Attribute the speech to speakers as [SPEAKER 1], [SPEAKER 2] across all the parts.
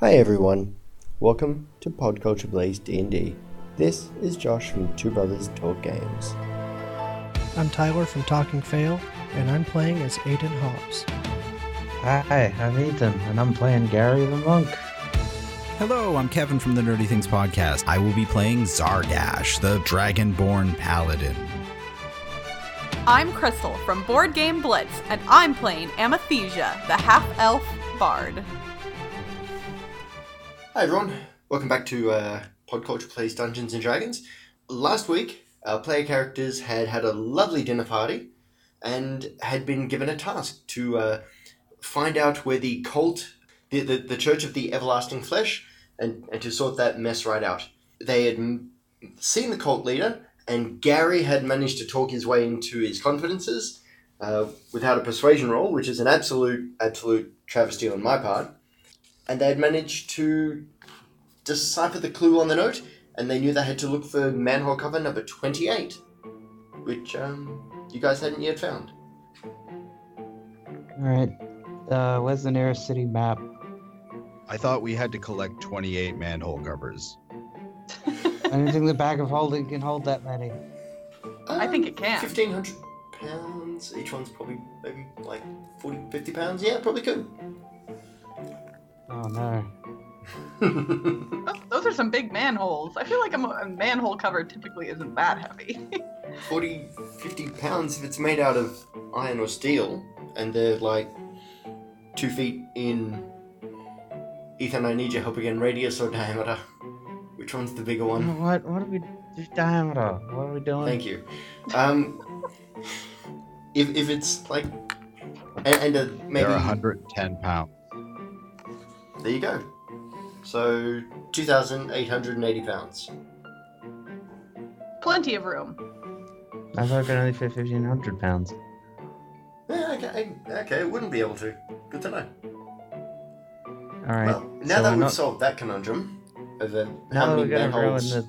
[SPEAKER 1] Hi everyone, welcome to Pod Culture Blaze D&D. This is Josh from Two Brothers Talk Games.
[SPEAKER 2] I'm Tyler from Talking Fail, and I'm playing as Aiden Hobbs.
[SPEAKER 3] Hi, I'm Ethan, and I'm playing Gary the Monk.
[SPEAKER 4] Hello, I'm Kevin from the Nerdy Things Podcast. I will be playing Zargash, the Dragonborn Paladin.
[SPEAKER 5] I'm Crystal from Board Game Blitz, and I'm playing Amethysia, the half elf bard.
[SPEAKER 1] Hi everyone, welcome back to uh, Pod Culture Plays Dungeons and Dragons. Last week, our player characters had had a lovely dinner party and had been given a task to uh, find out where the cult, the, the, the Church of the Everlasting Flesh, and, and to sort that mess right out. They had m- seen the cult leader, and Gary had managed to talk his way into his confidences uh, without a persuasion roll, which is an absolute, absolute travesty on my part and they had managed to decipher the clue on the note, and they knew they had to look for manhole cover number 28, which um, you guys hadn't yet found.
[SPEAKER 3] All right, uh, where's the nearest city map?
[SPEAKER 4] I thought we had to collect 28 manhole covers.
[SPEAKER 3] I don't think the bag of holding can hold that many.
[SPEAKER 5] I think it can.
[SPEAKER 1] 1,500 pounds. Each one's probably maybe like 40, 50 pounds. Yeah, probably could.
[SPEAKER 3] Oh no.
[SPEAKER 5] Th- Those are some big manholes. I feel like a, mo- a manhole cover typically isn't that heavy.
[SPEAKER 1] 40, 50 pounds if it's made out of iron or steel, and they're like two feet in. Ethan, I need your help again. Radius or diameter? Which one's the bigger
[SPEAKER 5] Hmm.
[SPEAKER 1] one?
[SPEAKER 3] Um, What? What are we? Just diameter. What are we doing?
[SPEAKER 1] Thank you. Um, if, if it's like, and, and a, maybe
[SPEAKER 4] They're 110 pounds.
[SPEAKER 1] there you go. So two thousand eight hundred and eighty pounds.
[SPEAKER 5] Plenty of room.
[SPEAKER 3] I thought it could only fit 1,500 pounds.
[SPEAKER 1] Yeah, okay, okay, wouldn't be able to. Good to know.
[SPEAKER 3] All right.
[SPEAKER 1] Well, now
[SPEAKER 3] so
[SPEAKER 1] that
[SPEAKER 3] we're
[SPEAKER 1] we've
[SPEAKER 3] not-
[SPEAKER 1] solved that conundrum, of the how
[SPEAKER 3] now
[SPEAKER 1] many
[SPEAKER 3] we're gonna ruin
[SPEAKER 1] manholes?
[SPEAKER 3] the.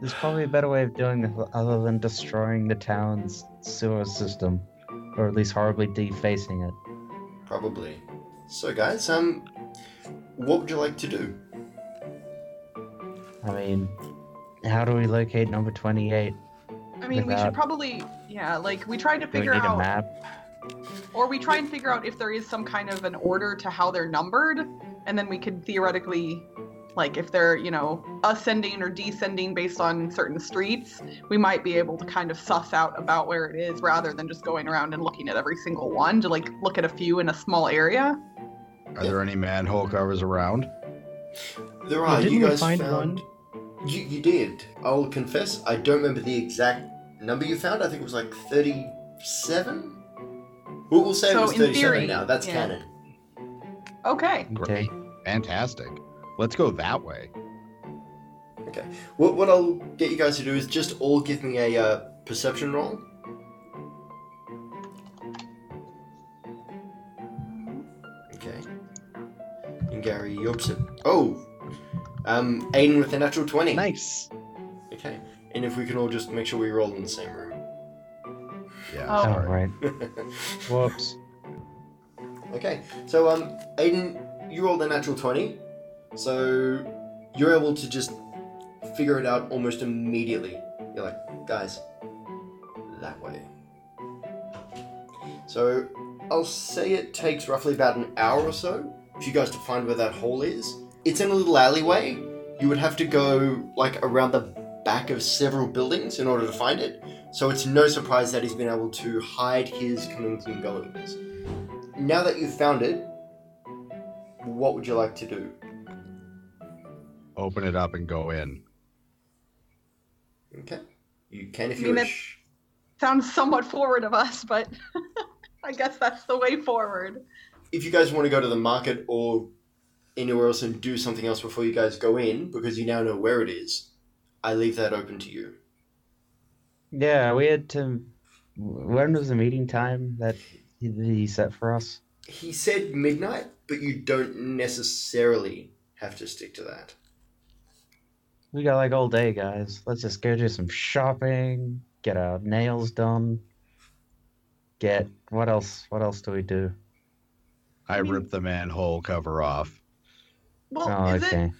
[SPEAKER 3] There's probably a better way of doing this other than destroying the town's sewer system, or at least horribly defacing it.
[SPEAKER 1] Probably. So, guys, um, what would you like to do?
[SPEAKER 3] I mean, how do we locate number 28?
[SPEAKER 5] I mean, we
[SPEAKER 3] Without-
[SPEAKER 5] should probably, yeah, like we tried to
[SPEAKER 3] Do we
[SPEAKER 5] figure
[SPEAKER 3] need a
[SPEAKER 5] out,
[SPEAKER 3] map?
[SPEAKER 5] or we try and figure out if there is some kind of an order to how they're numbered, and then we could theoretically, like, if they're, you know, ascending or descending based on certain streets, we might be able to kind of suss out about where it is rather than just going around and looking at every single one to, like, look at a few in a small area.
[SPEAKER 4] Are there any manhole covers around?
[SPEAKER 1] There
[SPEAKER 2] Well,
[SPEAKER 1] are.
[SPEAKER 2] didn't
[SPEAKER 1] you
[SPEAKER 2] we
[SPEAKER 1] guys
[SPEAKER 2] find
[SPEAKER 1] found. You, you did. I'll confess, I don't remember the exact number you found. I think it was like 37? We'll, we'll say
[SPEAKER 5] So
[SPEAKER 1] it was
[SPEAKER 5] in
[SPEAKER 1] 37
[SPEAKER 5] theory,
[SPEAKER 1] now. That's
[SPEAKER 5] yeah.
[SPEAKER 1] canon.
[SPEAKER 5] Okay.
[SPEAKER 3] Okay.
[SPEAKER 4] Fantastic. Let's go that way.
[SPEAKER 1] What, what I'll get you guys to do is just all give me a uh, perception roll. Okay. And Gary, your percep- Oh! Um, Aiden with a natural 20.
[SPEAKER 3] Nice.
[SPEAKER 1] Okay. And if we can all just make sure we roll in the same room.
[SPEAKER 4] Yeah.
[SPEAKER 5] Oh.
[SPEAKER 3] All
[SPEAKER 4] sorry.
[SPEAKER 3] right. Whoops.
[SPEAKER 1] Okay, so um, Aiden, you rolled a natural twenty, so you're able to just figure it out almost immediately. You're like, guys, that way. So I'll say it takes roughly about an hour or so for you guys to find where that hole is. It's in a little alleyway. You would have to go like around the back of several buildings in order to find it. So it's no surprise that he's been able to hide his comings and goings. Now that you've found it, what would you like to do?
[SPEAKER 4] Open it up and go in.
[SPEAKER 1] Okay. You can if
[SPEAKER 5] I
[SPEAKER 1] you
[SPEAKER 5] mean, that's-
[SPEAKER 1] wish.
[SPEAKER 5] Sounds somewhat forward of us, but I guess that's the way forward.
[SPEAKER 1] If you guys want to go to the market or anywhere else and do something else before you guys go in, because you now know where it is, I leave that open to you.
[SPEAKER 3] Yeah, we had to. When was the meeting time that he- that he set for us?
[SPEAKER 1] He said midnight, but you don't necessarily have to stick to that.
[SPEAKER 3] We got like all day, guys. Let's just go do some shopping, get our nails done, get. What else? What else do we do?
[SPEAKER 6] I
[SPEAKER 5] I mean-
[SPEAKER 6] ripped the manhole cover off.
[SPEAKER 5] Well,
[SPEAKER 3] oh,
[SPEAKER 5] is
[SPEAKER 3] okay.
[SPEAKER 5] it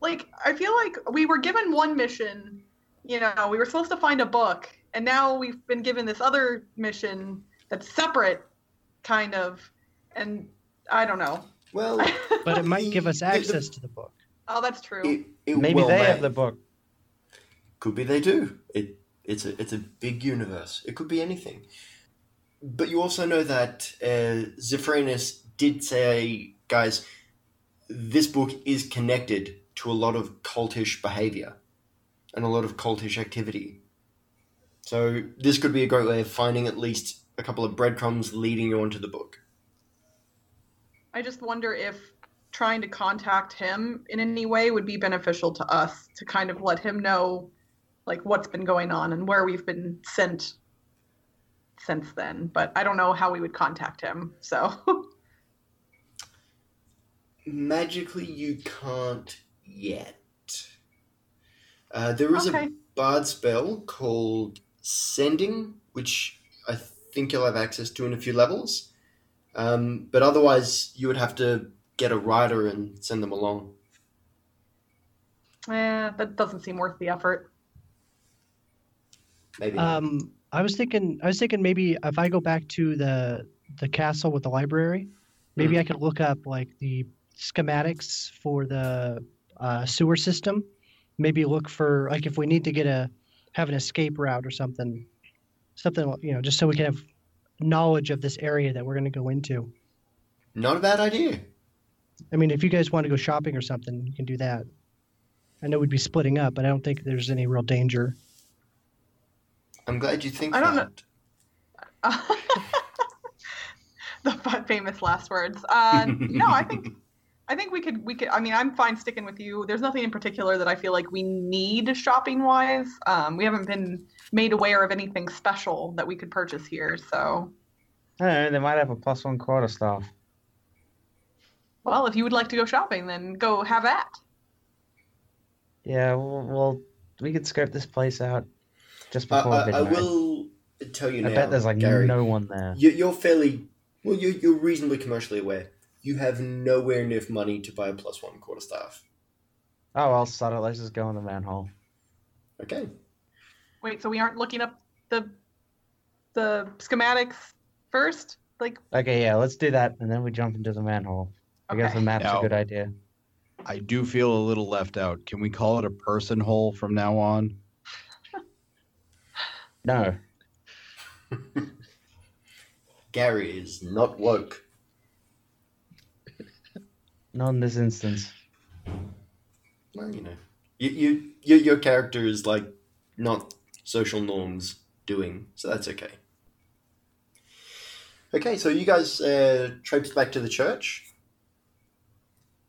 [SPEAKER 5] like I feel like we were given one mission, you know, we were supposed to find a book, and now we've been given this other mission that's separate, kind of, and I don't know.
[SPEAKER 1] Well,
[SPEAKER 2] But it might give us
[SPEAKER 1] The- the-
[SPEAKER 2] access to the book.
[SPEAKER 5] Oh, that's true.
[SPEAKER 1] it, it
[SPEAKER 3] Maybe
[SPEAKER 1] well
[SPEAKER 3] they
[SPEAKER 1] may.
[SPEAKER 3] have the book.
[SPEAKER 1] Could be they do. It it's a it's a big universe. It could be anything. But you also know that uh, Zephyrinus did say, guys, this book is connected to a lot of cultish behavior and a lot of cultish activity. So this could be a great way of finding at least a couple of breadcrumbs leading you onto the book.
[SPEAKER 5] I just wonder if trying to contact him in any way would be beneficial to us to kind of let him know like what's been going on and where we've been sent since then but i don't know how we would contact him so
[SPEAKER 1] Magically, you can't yet. Uh, there is a
[SPEAKER 5] okay
[SPEAKER 1] bard spell called Sending, which I think you'll have access to in a few levels. Um, but otherwise, you would have to get a rider and send them along.
[SPEAKER 5] eh, that doesn't seem worth the effort
[SPEAKER 1] Maybe.
[SPEAKER 2] Um, I was thinking, I was thinking maybe if I go back to the the castle with the library, maybe I could look up like the schematics for the uh, sewer system. Maybe look for like if we need to get a have an escape route or something, something you know, just so we can have knowledge of this area that we're going to go into.
[SPEAKER 1] Not a bad idea.
[SPEAKER 2] I mean, if you guys want to go shopping or something, you can do that. I know we'd be splitting up, but I don't think there's any real danger.
[SPEAKER 1] I'm glad you think
[SPEAKER 5] I don't
[SPEAKER 1] that.
[SPEAKER 5] the fa- famous last words uh, no i think i think we could we could i mean i'm fine sticking with you there's nothing in particular that i feel like we need shopping wise um, we haven't been made aware of anything special that we could purchase here so
[SPEAKER 3] I don't know. They might have a plus one quarter staff.
[SPEAKER 5] well if you would like to go shopping then go have at
[SPEAKER 3] Yeah, well, well, we could scope this place out just
[SPEAKER 1] I,
[SPEAKER 3] before
[SPEAKER 1] I, I
[SPEAKER 3] midnight.
[SPEAKER 1] will tell you
[SPEAKER 3] I
[SPEAKER 1] now.
[SPEAKER 3] bet there's like
[SPEAKER 1] Gary,
[SPEAKER 3] no one there.
[SPEAKER 1] you, you're fairly well. You're, you're reasonably commercially aware. You have nowhere near money to buy a plus one quarter staff.
[SPEAKER 3] Oh, I'll settle. Let's just go in the manhole.
[SPEAKER 1] Okay.
[SPEAKER 5] wait so we aren't looking up the the schematics first like
[SPEAKER 3] Okay, yeah, let's do that, and then we jump into the manhole. I guess the
[SPEAKER 5] Okay.
[SPEAKER 3] map's
[SPEAKER 6] No.
[SPEAKER 3] a good idea.
[SPEAKER 6] I do feel a little left out. Can we call it a person hole from now on?
[SPEAKER 3] No,
[SPEAKER 1] Gary is not woke.
[SPEAKER 3] not in this instance.
[SPEAKER 1] well, you know, you, you, your your character is like not social norms doing, so that's okay. Okay, so you guys uh, traipse back to the church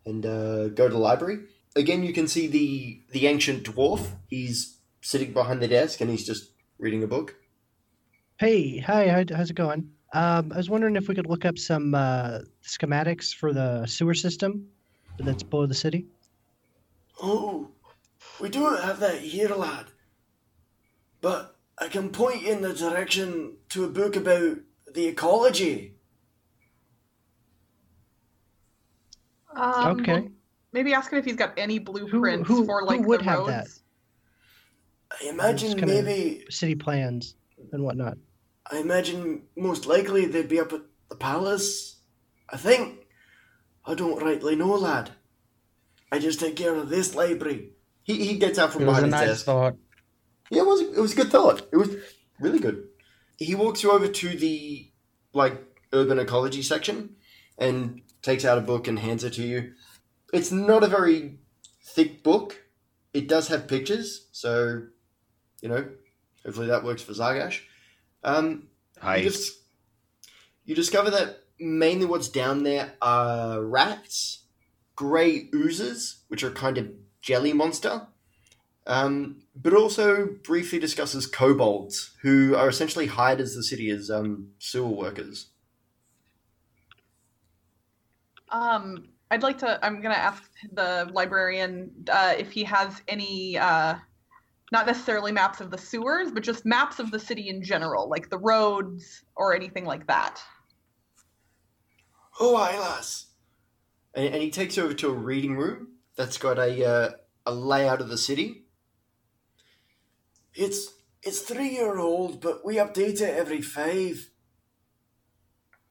[SPEAKER 1] and uh, go to the library. Again, you can see the the ancient dwarf. He's sitting behind the desk and he's just reading a book.
[SPEAKER 2] Hey, hi, how, how's it going? Um, I was wondering if we could look up some uh, schematics for the sewer system that's below the city.
[SPEAKER 1] Oh, we do have that here, lad. But I can point you in the direction to a book about the ecology.
[SPEAKER 5] um,
[SPEAKER 2] Okay.
[SPEAKER 5] maybe ask him if he's got any blueprints
[SPEAKER 2] who-
[SPEAKER 5] for
[SPEAKER 2] who
[SPEAKER 5] like
[SPEAKER 2] would
[SPEAKER 5] the
[SPEAKER 2] have
[SPEAKER 5] roads
[SPEAKER 2] that?
[SPEAKER 1] I imagine
[SPEAKER 2] kinda-
[SPEAKER 1] maybe.
[SPEAKER 2] City plans and whatnot.
[SPEAKER 1] I imagine most likely they'd be up at the palace. I think. I don't rightly know, lad. I just take care of this library. He, he gets out from
[SPEAKER 3] It was
[SPEAKER 1] behind
[SPEAKER 3] a
[SPEAKER 1] his
[SPEAKER 3] nice
[SPEAKER 1] desk.
[SPEAKER 3] thought.
[SPEAKER 1] Yeah, it was it was a good thought. It was really good. He walks you over to the like urban ecology section and takes out a book and hands it to you. It's not a very thick book. It does have pictures, so you know, hopefully that works for Zargash. Um,
[SPEAKER 6] I
[SPEAKER 1] you, dis- you discover that mainly what's down there are rats, grey oozes, which are kind of jelly monster, um, but also briefly discusses kobolds, who are essentially hired as the city as um, sewer workers.
[SPEAKER 5] Um, I'd like to. I'm gonna ask the librarian uh, if he has any, uh, not necessarily maps of the sewers, but just maps of the city in general, like the roads or anything like that.
[SPEAKER 1] Who are Ilas? Oh, And, and he takes you over to a reading room that's got a uh, a layout of the city. It's it's three year old, but we update it every five.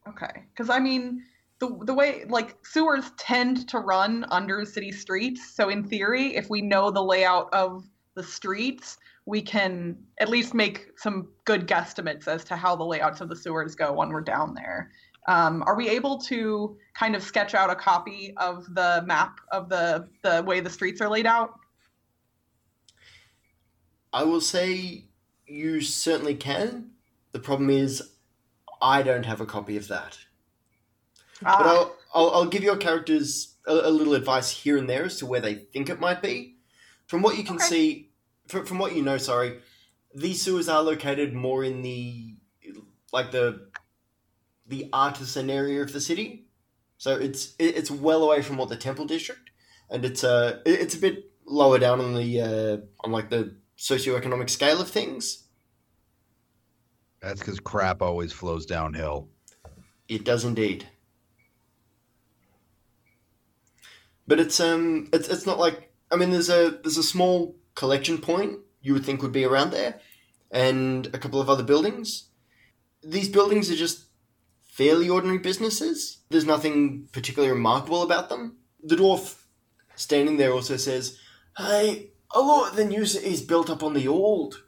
[SPEAKER 5] Okay. Because I mean, the the way like sewers tend to run under city streets, so in theory, if we know the layout of the streets, we can at least make some good guesstimates as to how the layouts of the sewers go when we're down there. Um, are we able to kind of sketch out a copy of the map of the the way the streets are laid out?
[SPEAKER 1] I will say you certainly can. The problem is, I don't have a copy of that.
[SPEAKER 5] Ah,
[SPEAKER 1] But I'll, I'll, I'll give your characters a, a little advice here and there as to where they think it might be. From what you can
[SPEAKER 5] Okay.
[SPEAKER 1] see, from, from what you know, sorry, these sewers are located more in the like the the artisan area of the city, so it's it, it's well away from what the temple district, and it's uh it- it's a bit lower down on the uh, on like the socioeconomic scale of things.
[SPEAKER 6] That's because crap always flows downhill.
[SPEAKER 1] It does indeed. But it's um it's it's not like I mean there's a there's a small collection point you would think would be around there and a couple of other buildings. These buildings are just fairly ordinary businesses. There's nothing particularly remarkable about them. The dwarf standing there also says, "Hey, a lot of the new city is built up on the old.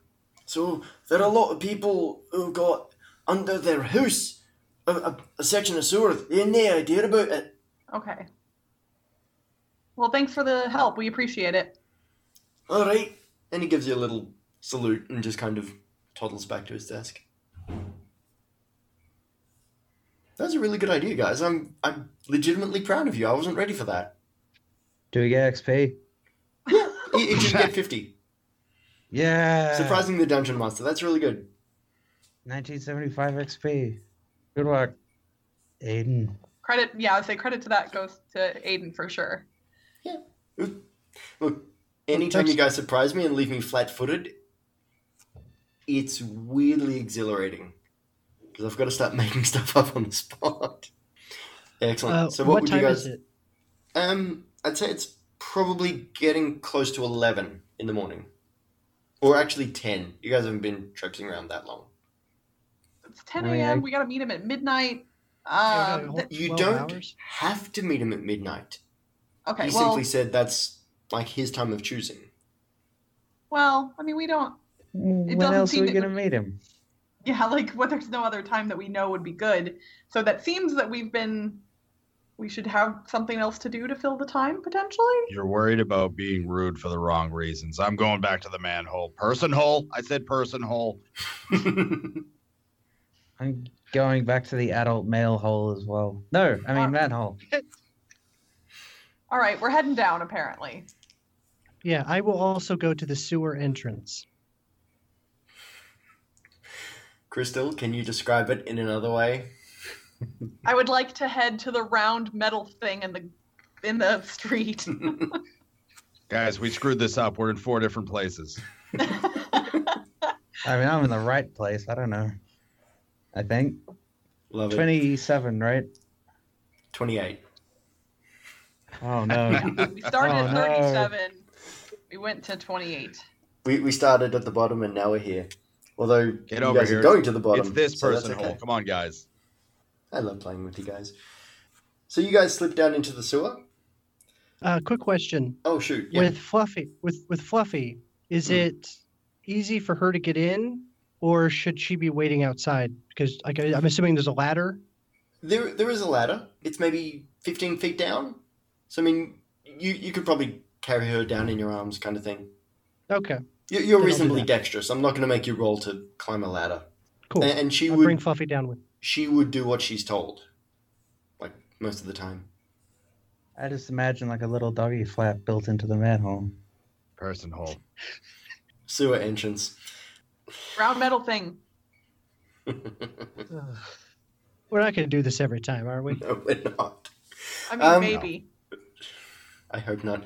[SPEAKER 1] So there are a lot of people who got under their house a, a, a section of sewer. They had no idea about it.
[SPEAKER 5] okay. Well, thanks for the help. We appreciate it.
[SPEAKER 1] All right. And he gives you a little salute and just kind of toddles back to his desk. That was a really good idea, guys. I'm I'm legitimately proud of you. I wasn't ready for that.
[SPEAKER 3] Do we get XP?
[SPEAKER 1] It, it should get fifty.
[SPEAKER 3] Yeah.
[SPEAKER 1] Surprising the dungeon master. That's really good.
[SPEAKER 3] 1975 XP. Good luck, Aiden.
[SPEAKER 5] Credit, yeah, I'd say credit to that goes to Aiden for sure.
[SPEAKER 1] Look, anytime you guys surprise me and leave me flat-footed, it's weirdly exhilarating because I've got to start making stuff up on the spot. Excellent.
[SPEAKER 2] Uh,
[SPEAKER 1] so
[SPEAKER 2] what,
[SPEAKER 1] what, would
[SPEAKER 2] time
[SPEAKER 1] you guys?
[SPEAKER 2] is it?
[SPEAKER 1] Um, I'd say it's probably getting close to eleven in the morning, or actually ten. You guys haven't been traipsing around that long.
[SPEAKER 5] It's 10
[SPEAKER 3] Oh,
[SPEAKER 5] a.m.
[SPEAKER 3] yeah.
[SPEAKER 5] We got to meet him at midnight.
[SPEAKER 2] Yeah,
[SPEAKER 5] Um,
[SPEAKER 2] we got a
[SPEAKER 5] th-
[SPEAKER 2] whole
[SPEAKER 1] You
[SPEAKER 2] 12
[SPEAKER 1] don't
[SPEAKER 2] hours.
[SPEAKER 1] have to meet him at midnight.
[SPEAKER 5] okay,
[SPEAKER 1] he
[SPEAKER 5] well,
[SPEAKER 1] simply said that's like his time of choosing.
[SPEAKER 5] well, I mean, we don't.
[SPEAKER 3] When
[SPEAKER 5] doesn't
[SPEAKER 3] else are
[SPEAKER 5] seem
[SPEAKER 3] we
[SPEAKER 5] that-
[SPEAKER 3] gonna meet him?
[SPEAKER 5] Yeah, like well, there's no other time that we know would be good. So that seems that we've been. We should have something else to do to fill the time potentially.
[SPEAKER 6] You're worried about being rude for the wrong reasons. I'm going back to the manhole. Person hole? I said person hole.
[SPEAKER 3] I'm going back to the adult male hole as well. No, I
[SPEAKER 5] Ah.
[SPEAKER 3] mean manhole.
[SPEAKER 5] All right, we're heading down apparently.
[SPEAKER 2] Yeah, I will also go to the sewer entrance.
[SPEAKER 1] Crystal, can you describe it in another way?
[SPEAKER 5] I would like to head to the round metal thing in the in the street.
[SPEAKER 6] Guys, we screwed this up. We're in four different places.
[SPEAKER 3] I mean, I'm in the right place. I don't know. I think
[SPEAKER 1] Love it.
[SPEAKER 3] 27, right?
[SPEAKER 1] Twenty-eight.
[SPEAKER 3] Oh no.
[SPEAKER 5] we started
[SPEAKER 3] Oh,
[SPEAKER 5] at
[SPEAKER 3] no.
[SPEAKER 5] 37. We went to 28.
[SPEAKER 1] We, we started at the bottom and now we're here. Although
[SPEAKER 6] Get
[SPEAKER 1] you
[SPEAKER 6] over
[SPEAKER 1] guys
[SPEAKER 6] here.
[SPEAKER 1] are going to the bottom.
[SPEAKER 6] It's this
[SPEAKER 1] um, so that's
[SPEAKER 6] person hole.
[SPEAKER 1] okay.
[SPEAKER 6] Come on, guys.
[SPEAKER 1] I love playing with you guys. So you guys slip down into the sewer.
[SPEAKER 2] Uh, quick question:
[SPEAKER 1] Oh shoot!
[SPEAKER 2] With Fluffy, with with Fluffy, is
[SPEAKER 1] Hmm.
[SPEAKER 2] it easy for her to get in, or should she be waiting outside? Because like I- I'm assuming there's a ladder.
[SPEAKER 1] There, there is a ladder. It's maybe fifteen feet down. So I mean, you you could probably carry her down in your arms, kind of thing.
[SPEAKER 2] Okay,
[SPEAKER 1] You, you're
[SPEAKER 2] Then I'll do
[SPEAKER 1] reasonably
[SPEAKER 2] that.
[SPEAKER 1] dexterous. I'm not going to make you roll to climb a ladder.
[SPEAKER 2] cool.
[SPEAKER 1] And, and she
[SPEAKER 2] I'll
[SPEAKER 1] would
[SPEAKER 2] bring Fluffy down with.
[SPEAKER 1] she would do what she's told, like most of the time.
[SPEAKER 3] I just imagine like a little doggy flap built into the manhole.
[SPEAKER 6] Person hole.
[SPEAKER 1] Sewer entrance.
[SPEAKER 5] Round metal thing.
[SPEAKER 2] We're not going to do this every time, are we?
[SPEAKER 1] No, we're not.
[SPEAKER 5] I mean,
[SPEAKER 1] Um,
[SPEAKER 5] maybe.
[SPEAKER 1] I hope not.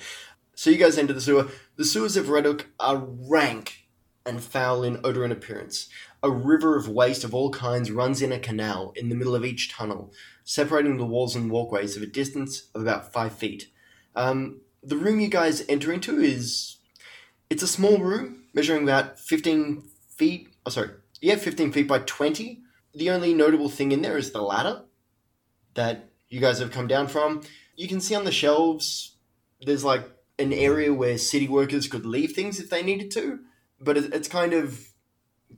[SPEAKER 1] So you guys enter the sewer. The sewers of Reddock are rank and foul in odor and appearance. A river of waste of all kinds runs in a canal in the middle of each tunnel, separating the walls and walkways of a distance of about five feet. Um, the room you guys enter into is it's a small room measuring about 15 feet oh sorry yeah 15 feet by 20 the only notable thing in there is the ladder that you guys have come down from you can see on the shelves there's like an area where city workers could leave things if they needed to but it- it's kind of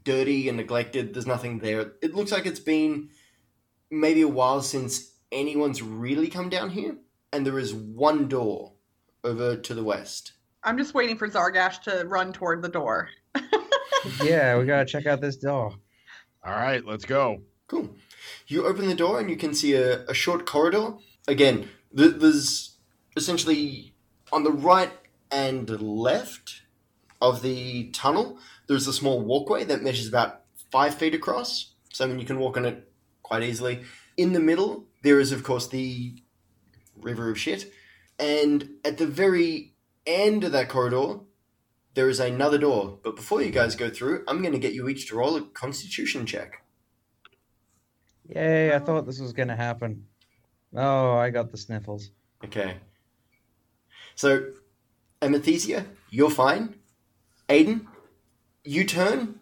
[SPEAKER 1] dirty and neglected there's nothing there it looks like it's been maybe a while since anyone's really come down here and there is one door over to the west
[SPEAKER 5] I'm just waiting for Zargash to run toward the door.
[SPEAKER 3] yeah, we gotta check out this door.
[SPEAKER 6] All right, let's go.
[SPEAKER 1] Cool. You open the door and you can see a, a short corridor. Again, th- there's essentially on the right and left of the tunnel, there's a small walkway that measures about five feet across. So, I mean, you can walk on it quite easily. In the middle, there is, of course, the river of shit. And at the very end of that corridor, there is another door. But before you guys go through, I'm going to get you each to roll a constitution check.
[SPEAKER 3] Yay, I thought this was gonna happen. Oh, I got the sniffles.
[SPEAKER 1] Okay. So, Amethysia, you're fine. Aiden, you turn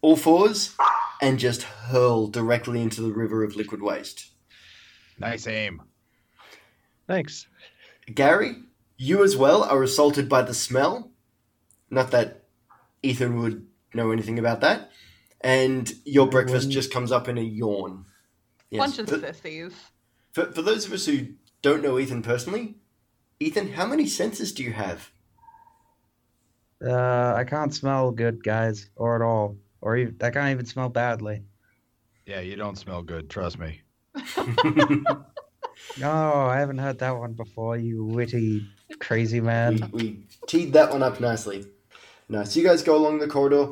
[SPEAKER 1] all fours and just hurl directly into the river of liquid waste.
[SPEAKER 6] Nice aim.
[SPEAKER 2] Thanks.
[SPEAKER 1] Gary, you as well are assaulted by the smell. Not that Ethan would know anything about that. And your breakfast just comes up in a yawn. Yes.
[SPEAKER 5] Bunch of
[SPEAKER 1] For-
[SPEAKER 5] sissies.
[SPEAKER 1] For, for those of us who don't know Ethan personally, Ethan, how many senses do you have?
[SPEAKER 3] Uh, I can't smell good, guys, or at all, or even, I can't even smell badly.
[SPEAKER 6] Yeah, you don't smell good. Trust me.
[SPEAKER 3] No, I haven't heard that one before. You witty, crazy man.
[SPEAKER 1] we, we teed that one up nicely. Nice. You guys go along the corridor.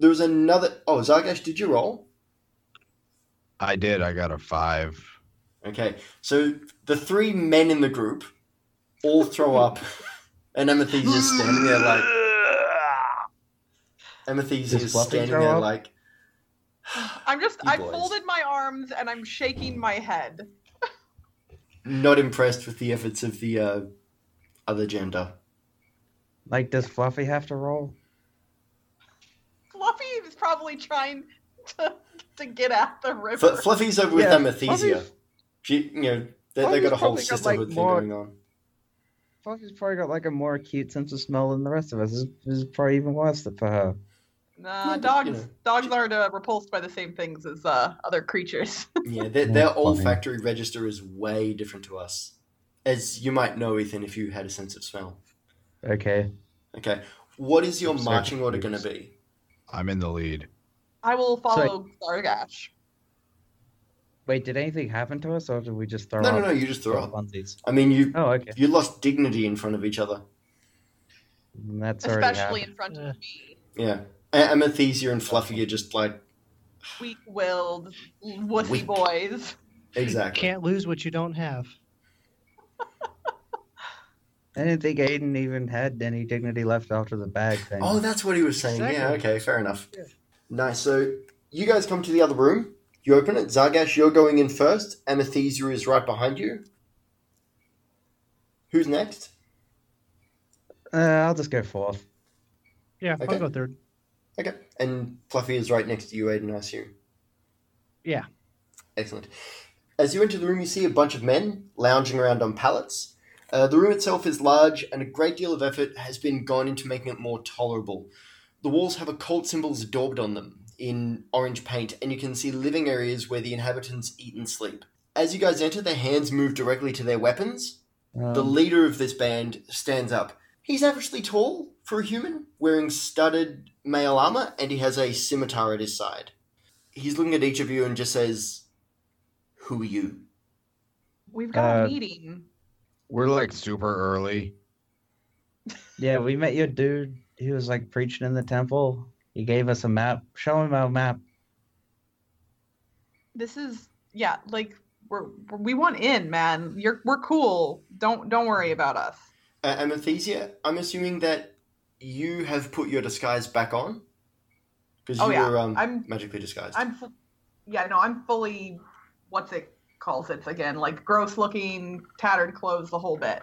[SPEAKER 1] There was another. Oh, Zargash, did you roll?
[SPEAKER 6] I did. I got a five.
[SPEAKER 1] Okay. So the three men in the group all throw up, and Amethysia is standing there like. Amethysia
[SPEAKER 3] Does
[SPEAKER 1] is
[SPEAKER 3] Fluffy
[SPEAKER 1] standing
[SPEAKER 3] throw
[SPEAKER 1] there
[SPEAKER 3] up?
[SPEAKER 1] like.
[SPEAKER 5] I'm just,
[SPEAKER 1] You
[SPEAKER 5] I
[SPEAKER 1] boys.
[SPEAKER 5] folded my arms and I'm shaking my head.
[SPEAKER 1] Not impressed with the efforts of the uh, other gender.
[SPEAKER 3] Like, does Fluffy have to roll?
[SPEAKER 5] Fluffy is probably trying to, to get at the river.
[SPEAKER 1] F- Fluffy's over with
[SPEAKER 3] Yeah,
[SPEAKER 1] Amethysia.
[SPEAKER 3] Fluffy's-
[SPEAKER 1] She, you know, they, they
[SPEAKER 3] Fluffy's
[SPEAKER 1] got a whole
[SPEAKER 3] probably got,
[SPEAKER 1] sisterhood
[SPEAKER 3] like,
[SPEAKER 1] thing
[SPEAKER 3] more-
[SPEAKER 1] going on.
[SPEAKER 3] Fluffy's probably got like a more acute sense of smell than the rest of us. This this is probably even worse than for her.
[SPEAKER 5] Nah,
[SPEAKER 1] Yeah, but,
[SPEAKER 5] dogs
[SPEAKER 1] you know,
[SPEAKER 5] dogs aren't uh, repulsed by the same things as uh, other creatures.
[SPEAKER 1] Yeah, their,
[SPEAKER 3] Yeah,
[SPEAKER 1] their
[SPEAKER 3] funny.
[SPEAKER 1] olfactory register is way different to us. As you might know, Ethan, if you had a sense of smell.
[SPEAKER 3] Okay.
[SPEAKER 1] Okay. What is your
[SPEAKER 3] Observe
[SPEAKER 1] marching order going
[SPEAKER 3] groups.
[SPEAKER 1] to be?
[SPEAKER 6] I'm in the lead.
[SPEAKER 5] I will follow Zargash.
[SPEAKER 3] Wait, did anything happen to us, or did we just throw
[SPEAKER 1] No,
[SPEAKER 3] up?
[SPEAKER 1] no, no, you just throw up.
[SPEAKER 3] Bunsies?
[SPEAKER 1] I mean, you
[SPEAKER 3] Oh, okay.
[SPEAKER 1] you lost dignity in front of each other.
[SPEAKER 3] That's already
[SPEAKER 5] especially
[SPEAKER 3] happened.
[SPEAKER 5] in front
[SPEAKER 2] Yeah.
[SPEAKER 5] of me.
[SPEAKER 1] Yeah. A- Amethysia and Fluffy are just like,
[SPEAKER 5] Weak willed wussy
[SPEAKER 1] Weak.
[SPEAKER 5] boys.
[SPEAKER 1] exactly.
[SPEAKER 2] Can't lose what you don't have.
[SPEAKER 3] I didn't think Aiden even had any dignity left after the bag thing.
[SPEAKER 1] Oh, that's what he was saying. Yeah,
[SPEAKER 2] Exactly.
[SPEAKER 1] okay, fair enough.
[SPEAKER 2] Yeah.
[SPEAKER 1] Nice. So you guys come to the other room. You open it. Zargash, you're going in first. Amethysia is right behind you. Who's next?
[SPEAKER 3] uh, I'll just go fourth.
[SPEAKER 2] Yeah,
[SPEAKER 1] Okay.
[SPEAKER 2] I'll go third.
[SPEAKER 1] Okay. And Fluffy is right next to you, Aiden, I assume.
[SPEAKER 2] Yeah.
[SPEAKER 1] Excellent. As you enter the room, you see a bunch of men lounging around on pallets. Uh, the room itself is large, and a great deal of effort has been gone into making it more tolerable. The walls have occult symbols daubed on them in orange paint, and you can see living areas where the inhabitants eat and sleep. As you guys enter, their hands move directly to their weapons, the
[SPEAKER 3] Um,
[SPEAKER 1] leader of this band stands up. He's averagely tall for a human, wearing studded mail armor, and he has a scimitar at his side. He's looking at each of you and just says, Who are you?
[SPEAKER 5] We've got
[SPEAKER 3] Uh,
[SPEAKER 5] a meeting.
[SPEAKER 6] We're like super early.
[SPEAKER 3] yeah, we met your dude. He was like preaching in the temple. He gave us a map. Show him our map.
[SPEAKER 5] This is yeah, like we're we want in, man. You're we're cool. Don't don't worry about us.
[SPEAKER 1] Uh, Amethysia, I'm assuming that you have put your disguise back on? Because
[SPEAKER 5] Oh,
[SPEAKER 1] you
[SPEAKER 5] yeah.
[SPEAKER 1] were um,
[SPEAKER 5] I'm-
[SPEAKER 1] magically disguised.
[SPEAKER 5] I'm fu- yeah, no, I'm fully what's it calls it again, like gross looking, tattered clothes, the whole bit.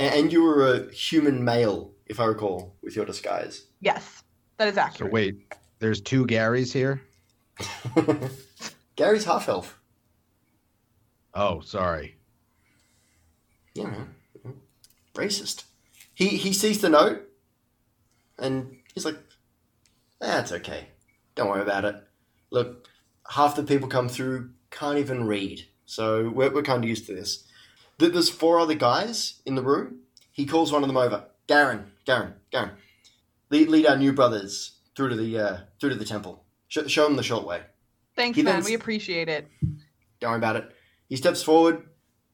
[SPEAKER 1] And, and you were a human male, if I recall, with your disguise.
[SPEAKER 5] Yes, that is
[SPEAKER 6] So
[SPEAKER 5] accurate.
[SPEAKER 6] wait, there's two Garys here.
[SPEAKER 1] Gary's half elf.
[SPEAKER 6] Oh, sorry.
[SPEAKER 1] Yeah, man. Racist. He he sees the note, and he's like, "That's okay. Don't worry about it. Look, half the people come through can't even read, so we're we're kind of used to this." Th- There's four other guys in the room. He calls one of them over. Garen, Garen, Garen. Lead, lead our new brothers through to the uh, through to the temple. Sh- show them the short way.
[SPEAKER 5] Thanks,
[SPEAKER 1] He
[SPEAKER 5] man.
[SPEAKER 1] then-
[SPEAKER 5] We appreciate it.
[SPEAKER 1] Don't worry about it. He steps forward,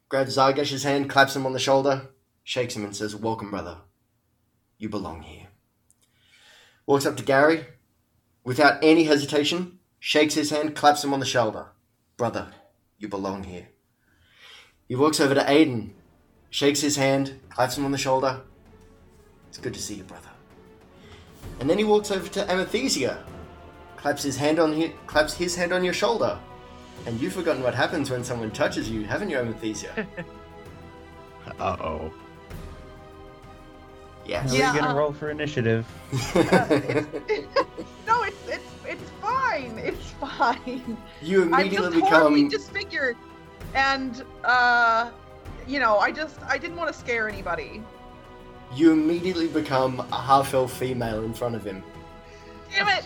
[SPEAKER 1] grabs Zargesh's hand, claps him on the shoulder, shakes him, and says, Welcome, brother. You belong here. Walks up to Gary, without any hesitation, shakes his hand, claps him on the shoulder. Brother, you belong here. He walks over to Aiden, shakes his hand, claps him on the shoulder. It's good to see you, brother. And then he walks over to Amethysia, claps his hand on hi- claps his hand on your shoulder, and you've forgotten what happens when someone touches you, haven't you, Amethysia?
[SPEAKER 6] Uh oh.
[SPEAKER 1] Yes.
[SPEAKER 3] Are
[SPEAKER 5] Yeah,
[SPEAKER 3] we gonna
[SPEAKER 1] uh-huh.
[SPEAKER 5] uh,
[SPEAKER 3] roll for initiative?
[SPEAKER 5] No, it's it's it's fine. It's fine.
[SPEAKER 1] you
[SPEAKER 5] I'm just
[SPEAKER 1] immediately
[SPEAKER 5] horribly
[SPEAKER 1] become.
[SPEAKER 5] disfigured, and uh, you know, I just I didn't want to scare anybody.
[SPEAKER 1] You immediately become a half-elf female in front of him.
[SPEAKER 5] Damn it!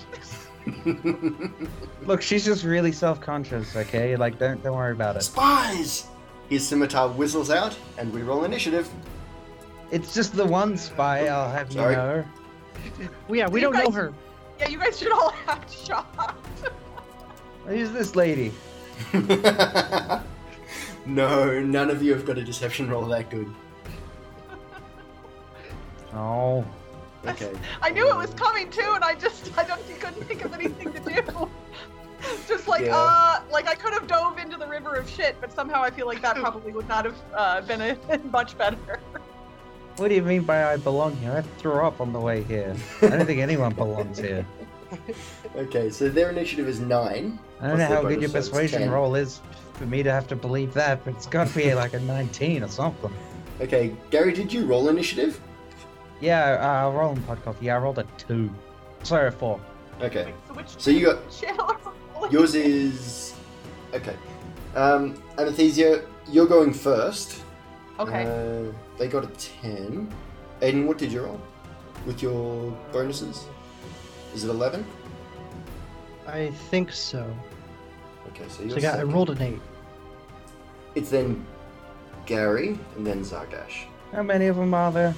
[SPEAKER 3] Look, she's just really self-conscious. Okay, like don't don't worry about it.
[SPEAKER 1] Spies. His scimitar whistles out, and we roll initiative.
[SPEAKER 3] It's just the one spy. I'll have you
[SPEAKER 1] Sorry.
[SPEAKER 3] know.
[SPEAKER 2] Well, yeah, we
[SPEAKER 5] You
[SPEAKER 2] don't know
[SPEAKER 5] guys-
[SPEAKER 2] her.
[SPEAKER 5] Yeah, you guys should all act shocked.
[SPEAKER 3] Who's this lady?
[SPEAKER 1] no, none of you have got a deception roll that good.
[SPEAKER 3] Oh,
[SPEAKER 1] Okay.
[SPEAKER 5] I knew it was coming too, and I just I don't couldn't think of anything to do. Just like
[SPEAKER 1] Yeah.
[SPEAKER 5] uh, like I could have dove into the river of shit, but somehow I feel like that probably would not have uh, been a, much better.
[SPEAKER 3] what do you mean by I belong here? I threw up on the way here. I don't think anyone belongs here.
[SPEAKER 1] Okay. So their initiative is nine.
[SPEAKER 3] I
[SPEAKER 1] What's
[SPEAKER 3] don't know
[SPEAKER 1] the
[SPEAKER 3] how good your
[SPEAKER 1] bonus? That's
[SPEAKER 3] persuasion
[SPEAKER 1] 10.
[SPEAKER 3] roll is for me to have to believe that, but it's got to be like a 19 or something.
[SPEAKER 1] Okay, Gary, did you roll initiative?
[SPEAKER 3] Yeah, uh, I'll roll in podcast. Yeah, I rolled a two. Sorry, a four.
[SPEAKER 1] Okay.
[SPEAKER 5] So which
[SPEAKER 1] So you got
[SPEAKER 5] channel?
[SPEAKER 1] Yours is okay. Um, Anesthesia, you're going first.
[SPEAKER 5] okay.
[SPEAKER 1] Uh, they got a ten. Aiden, what did you roll with your bonuses? Is it eleven?
[SPEAKER 2] I think so.
[SPEAKER 1] Okay, so
[SPEAKER 2] So
[SPEAKER 1] you're
[SPEAKER 2] I, got, I
[SPEAKER 1] second.
[SPEAKER 2] rolled an eight.
[SPEAKER 1] It's then Gary and then Zargash.
[SPEAKER 3] How many of them are there?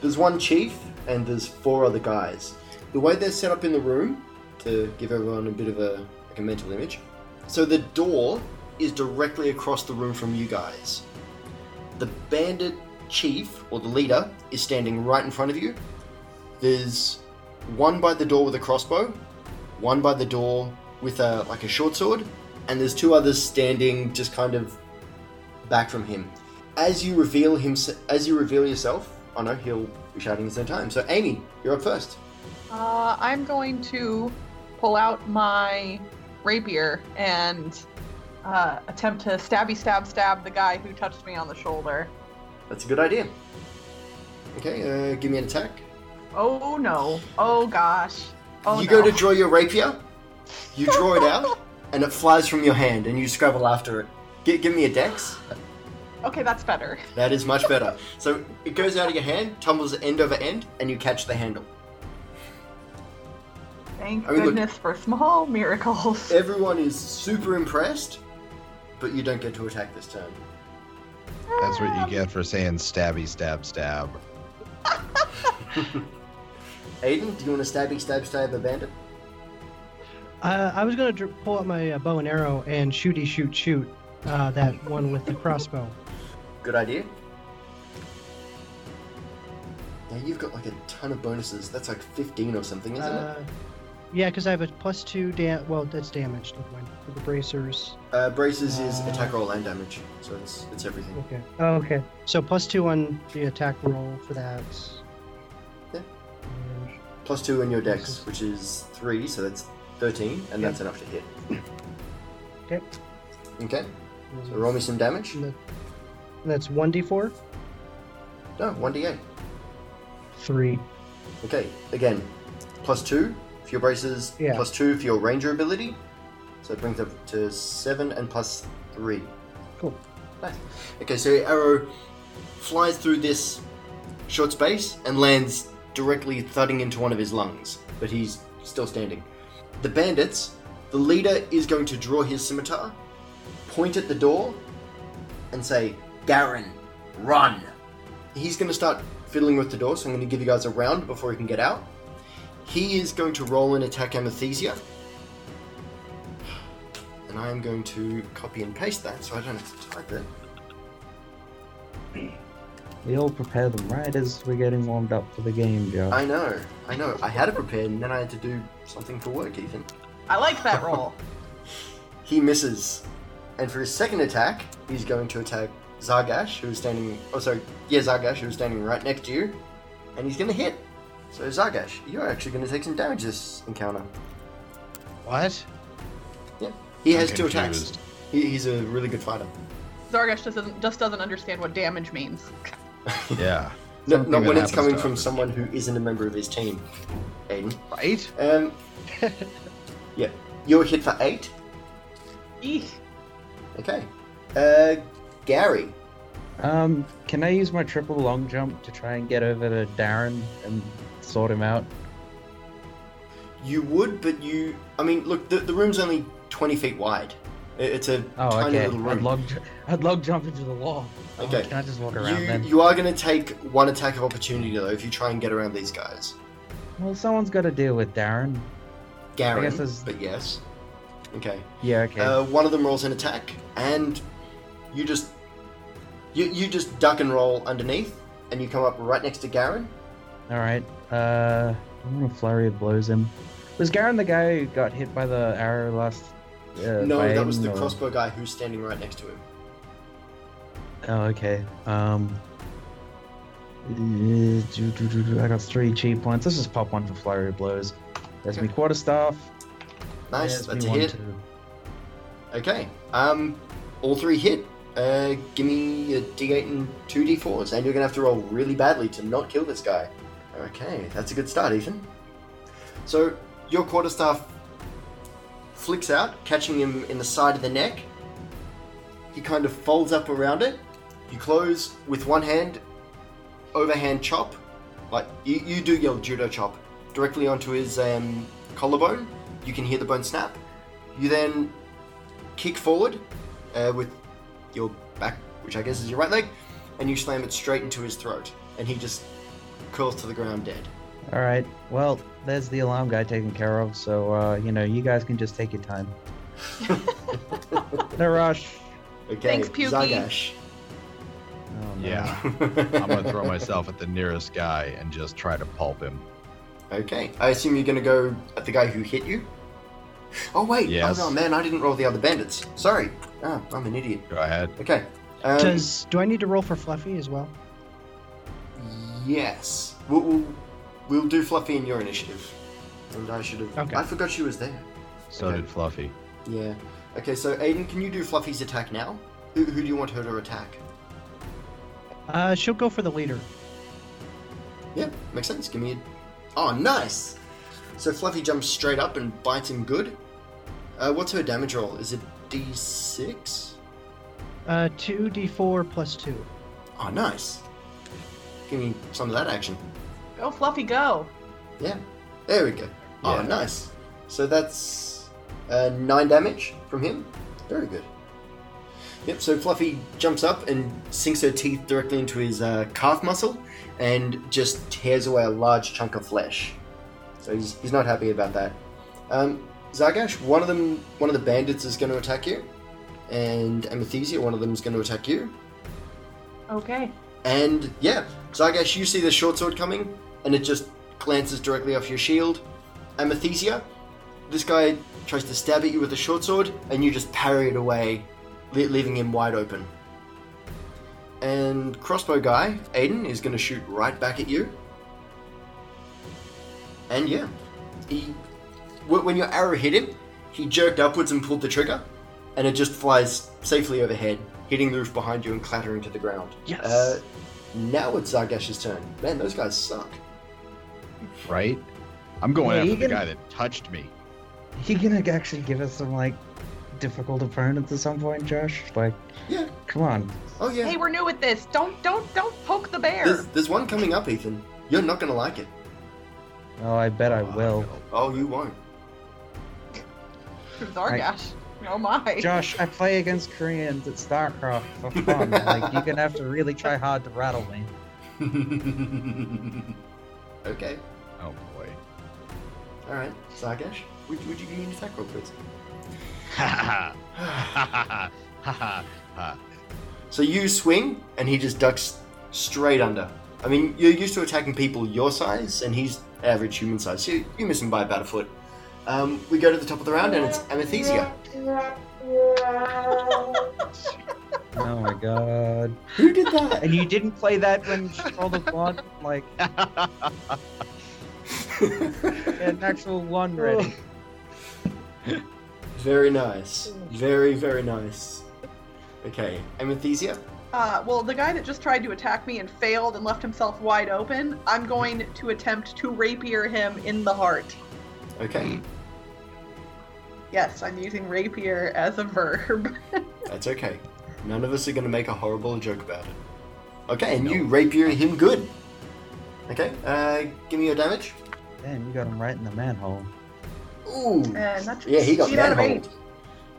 [SPEAKER 1] There's one chief and there's four other guys. The way they're set up in the room, to give everyone a bit of a, like a mental image. So the door is directly across the room from you guys. The bandit chief, or the leader, is standing right in front of you. There's one by the door with a crossbow, one by the door with a like a short sword, and there's two others standing just kind of back from him as you reveal him, as you reveal yourself, oh no, he'll be shouting his own time. So Amy, you're up first.
[SPEAKER 5] Uh, I'm going to pull out my rapier and uh, attempt to stabby stab stab the guy who touched me on the shoulder.
[SPEAKER 1] That's a good idea. Okay, uh, give me an attack.
[SPEAKER 5] Oh no! Oh gosh! Oh
[SPEAKER 1] you
[SPEAKER 5] no.
[SPEAKER 1] go to draw your rapier. You draw it out, and it flies from your hand, and you scrabble after it. Gi- give me a dex.
[SPEAKER 5] okay, that's better.
[SPEAKER 1] That is much better. So it goes out of your hand, tumbles end over end, and you catch the handle.
[SPEAKER 5] Thank
[SPEAKER 1] I mean, look-
[SPEAKER 5] goodness for small miracles.
[SPEAKER 1] Everyone is super impressed, but you don't get to attack this turn.
[SPEAKER 6] That's what you get for saying stabby, stab, stab.
[SPEAKER 1] Aiden, do you want to stabby stab stab a bandit?
[SPEAKER 2] Uh, I was gonna dr- pull out my uh, bow and arrow and shooty shoot shoot uh, that one with the crossbow.
[SPEAKER 1] Good idea. Now you've got like a ton of bonuses. That's like 15 or something, isn't
[SPEAKER 2] Uh, yeah, because I have a plus two dam. Well, that's damaged. Never mind. With the bracers.
[SPEAKER 1] it? Uh, braces is
[SPEAKER 2] uh,
[SPEAKER 1] attack roll and damage, so it's it's everything.
[SPEAKER 2] Okay.
[SPEAKER 3] okay.
[SPEAKER 2] So plus two on the attack roll for that.
[SPEAKER 1] Yeah. Plus two in your dex, which is three, so that's 13, and
[SPEAKER 2] Yeah.
[SPEAKER 1] that's enough to hit.
[SPEAKER 2] Okay.
[SPEAKER 1] Okay. So roll me some damage.
[SPEAKER 2] That's 1d4?
[SPEAKER 1] No, 1d8.
[SPEAKER 2] 3.
[SPEAKER 1] Okay, again, plus two for your braces,
[SPEAKER 2] Yeah.
[SPEAKER 1] plus two for your ranger ability. So it brings up to seven and plus three.
[SPEAKER 2] Cool.
[SPEAKER 1] Nice. Okay, so your arrow flies through this short space and lands directly thudding into one of his lungs, but he's still standing. The bandits, the leader is going to draw his scimitar, point at the door, and say, Garen, run! He's going to start fiddling with the door, so I'm going to give you guys a round before he can get out. He is going to roll and attack Amethysia. And I am going to copy and paste that so I don't have to type it.
[SPEAKER 3] We all prepare them right as we're getting warmed up for the game, Joe.
[SPEAKER 1] I know, I know. I had it prepared and then I had to do something for work, Ethan.
[SPEAKER 5] I like that roll.
[SPEAKER 1] He misses. And for his second attack, he's going to attack Zargash, who's standing. Oh, sorry. Yeah, Zargash, who's standing right next to you. And he's going to hit. So, Zargash, you're actually going to take some damage this encounter.
[SPEAKER 6] What?
[SPEAKER 1] He
[SPEAKER 6] I'm
[SPEAKER 1] has two attacks.
[SPEAKER 6] confused.
[SPEAKER 1] He, he's a really good fighter.
[SPEAKER 5] Zargash just doesn't just doesn't understand what damage means.
[SPEAKER 6] Yeah.
[SPEAKER 1] No,
[SPEAKER 6] Something
[SPEAKER 1] not
[SPEAKER 6] that
[SPEAKER 1] when it's
[SPEAKER 6] happens
[SPEAKER 1] coming
[SPEAKER 6] to
[SPEAKER 1] from
[SPEAKER 6] others.
[SPEAKER 1] someone who isn't a member of his team, Aiden.
[SPEAKER 6] Right?
[SPEAKER 1] Um, yeah, you're hit for eight.
[SPEAKER 5] Eek.
[SPEAKER 1] Okay. Uh, Gary.
[SPEAKER 3] Um, can I use my triple long jump to try and get over to Darren and sort him out?
[SPEAKER 1] You would, but you. I mean, look, the, the room's only 20 feet wide. I- It's a
[SPEAKER 3] Oh,
[SPEAKER 1] tiny
[SPEAKER 3] okay.
[SPEAKER 1] little
[SPEAKER 3] I'd
[SPEAKER 1] room.
[SPEAKER 3] log, ju- I'd log jump into the wall. Oh,
[SPEAKER 1] Okay.
[SPEAKER 3] can I just walk around
[SPEAKER 1] you,
[SPEAKER 3] then?
[SPEAKER 1] you are going to take one attack of opportunity, though, if you try and get around these guys.
[SPEAKER 3] Well, someone's got to deal with Darren.
[SPEAKER 1] Gary.
[SPEAKER 3] there's-
[SPEAKER 1] But yes. Okay.
[SPEAKER 3] Yeah, okay.
[SPEAKER 1] Uh, one of them rolls an attack, and you just you, you just duck and roll underneath, and you come up right next to Garen.
[SPEAKER 3] All right. Uh, I'm gonna flurry of blows him. Was Garen the guy who got hit by the arrow last? Uh,
[SPEAKER 1] no,
[SPEAKER 3] by
[SPEAKER 1] that was
[SPEAKER 3] Aiden,
[SPEAKER 1] the
[SPEAKER 3] or-
[SPEAKER 1] crossbow guy who's standing right next to him.
[SPEAKER 3] Oh, okay. Um. uh, do- do- do- do, uh, I got three chi points. Let's just pop one for flurry of blows. There's me
[SPEAKER 1] Okay.
[SPEAKER 3] quarterstaff.
[SPEAKER 1] Nice,
[SPEAKER 3] There's
[SPEAKER 1] that's a
[SPEAKER 3] me one,
[SPEAKER 1] hit.
[SPEAKER 3] two.
[SPEAKER 1] Okay, um, all three hit. Uh, give me a d8 and two d4s, and you're gonna have to roll really badly to not kill this guy. Okay, that's a good start, Ethan. So your quarterstaff flicks out, catching him in the side of the neck. He kind of folds up around it. You close with one hand, overhand chop. Like you, you do your judo chop directly onto his um, collarbone. You can hear the bone snap. You then kick forward uh, with your back, which I guess is your right leg, and you slam it straight into his throat, and he just curls to the ground dead.
[SPEAKER 3] All right. Well, there's the alarm guy taken care of. So uh, you know, you guys can just take your time. no rush.
[SPEAKER 1] Okay,
[SPEAKER 5] Thanks, Pukey.
[SPEAKER 3] Oh, no.
[SPEAKER 6] Yeah. I'm going to throw myself at the nearest guy and just try to pulp him.
[SPEAKER 1] Okay, I assume you're gonna go at the guy who hit you. Oh wait!
[SPEAKER 6] Yes.
[SPEAKER 1] Oh no, man, I didn't roll the other bandits. Sorry. Ah, I'm an idiot.
[SPEAKER 6] Go ahead.
[SPEAKER 1] Okay. Um,
[SPEAKER 2] Does do I need to roll for Fluffy as well?
[SPEAKER 1] Yes. We'll, we'll, we'll do Fluffy in your initiative. And I should have.
[SPEAKER 2] Okay.
[SPEAKER 1] I forgot she was there.
[SPEAKER 6] So
[SPEAKER 1] Okay.
[SPEAKER 6] did Fluffy.
[SPEAKER 1] Yeah. Okay, so Aiden, can you do Fluffy's attack now? Who, who do you want her to attack?
[SPEAKER 2] Uh, she'll go for the leader.
[SPEAKER 1] Yeah, makes sense. Give me a. Oh, nice! So Fluffy jumps straight up and bites him good. Uh, what's her damage roll? Is it d6?
[SPEAKER 2] Uh, 2d4 plus 2.
[SPEAKER 1] Oh, nice. Give me some of that action.
[SPEAKER 5] Go Fluffy, go.
[SPEAKER 1] There we go. Oh,
[SPEAKER 6] Yeah.
[SPEAKER 1] nice. So that's uh, nine damage from him. Very good. Yep. So Fluffy jumps up and sinks her teeth directly into his uh, calf muscle, and just tears away a large chunk of flesh. So he's, he's not happy about that. Um, Zargash, one of them, one of the bandits is going to attack you, and Amethysia, one of them is going to attack you.
[SPEAKER 5] Okay.
[SPEAKER 1] And yeah, Zargash, you see the short sword coming, and it just glances directly off your shield. Amethysia, this guy tries to stab at you with a short sword, and you just parry it away, le- leaving him wide open. And crossbow guy, Aiden, is going to shoot right back at you. And yeah, he, wh- when your arrow hit him, he jerked upwards and pulled the trigger, and it just flies safely overhead, hitting the roof behind you and clattering to the ground.
[SPEAKER 2] Yes.
[SPEAKER 1] Uh, now it's Zargash's turn. Man, those guys suck.
[SPEAKER 6] right? I'm going
[SPEAKER 3] Yeah,
[SPEAKER 6] after
[SPEAKER 3] you
[SPEAKER 6] the
[SPEAKER 3] can-
[SPEAKER 6] guy that touched me.
[SPEAKER 3] He gonna actually give us some like difficult opponents at some point, Josh. Like,
[SPEAKER 1] Yeah.
[SPEAKER 3] come on.
[SPEAKER 1] Oh yeah.
[SPEAKER 5] Hey, we're new at this. Don't don't don't poke the bear.
[SPEAKER 1] there's, there's one coming up, Ethan. You're not gonna like it.
[SPEAKER 3] Oh, I bet I will.
[SPEAKER 1] Oh, you won't.
[SPEAKER 5] Zargash. Oh my.
[SPEAKER 3] Josh, I play against Koreans at StarCraft for fun. like, you're gonna have to really try hard to rattle me.
[SPEAKER 1] okay.
[SPEAKER 6] Oh boy.
[SPEAKER 1] All right, Zargash. Would, would you give me an attack roll, please?
[SPEAKER 6] Ha ha ha ha ha ha.
[SPEAKER 1] So you swing, and he just ducks straight under. I mean, you're used to attacking people your size, and he's average human size. So you, you miss him by about a foot. Um, we go to the top of the round, and it's Amethysia.
[SPEAKER 3] Oh my god.
[SPEAKER 1] Who did that?
[SPEAKER 3] And you didn't play that when she rolled a one, like an actual one ready.
[SPEAKER 1] very nice. Very, very nice. Okay, Amethysia.
[SPEAKER 5] Uh, well, the guy that just tried to attack me and failed and left himself wide open, I'm going to attempt to rapier him in the heart.
[SPEAKER 1] Okay,
[SPEAKER 5] Yes, I'm using rapier as a verb.
[SPEAKER 1] that's okay. None of us are going to make a horrible joke about it. Okay, and you rapier him good. Okay, uh, give me your damage.
[SPEAKER 3] Damn, you got him right in the manhole.
[SPEAKER 1] Ooh.
[SPEAKER 5] And that's
[SPEAKER 1] Yeah, he got
[SPEAKER 5] Get Uh, out of
[SPEAKER 1] manholed.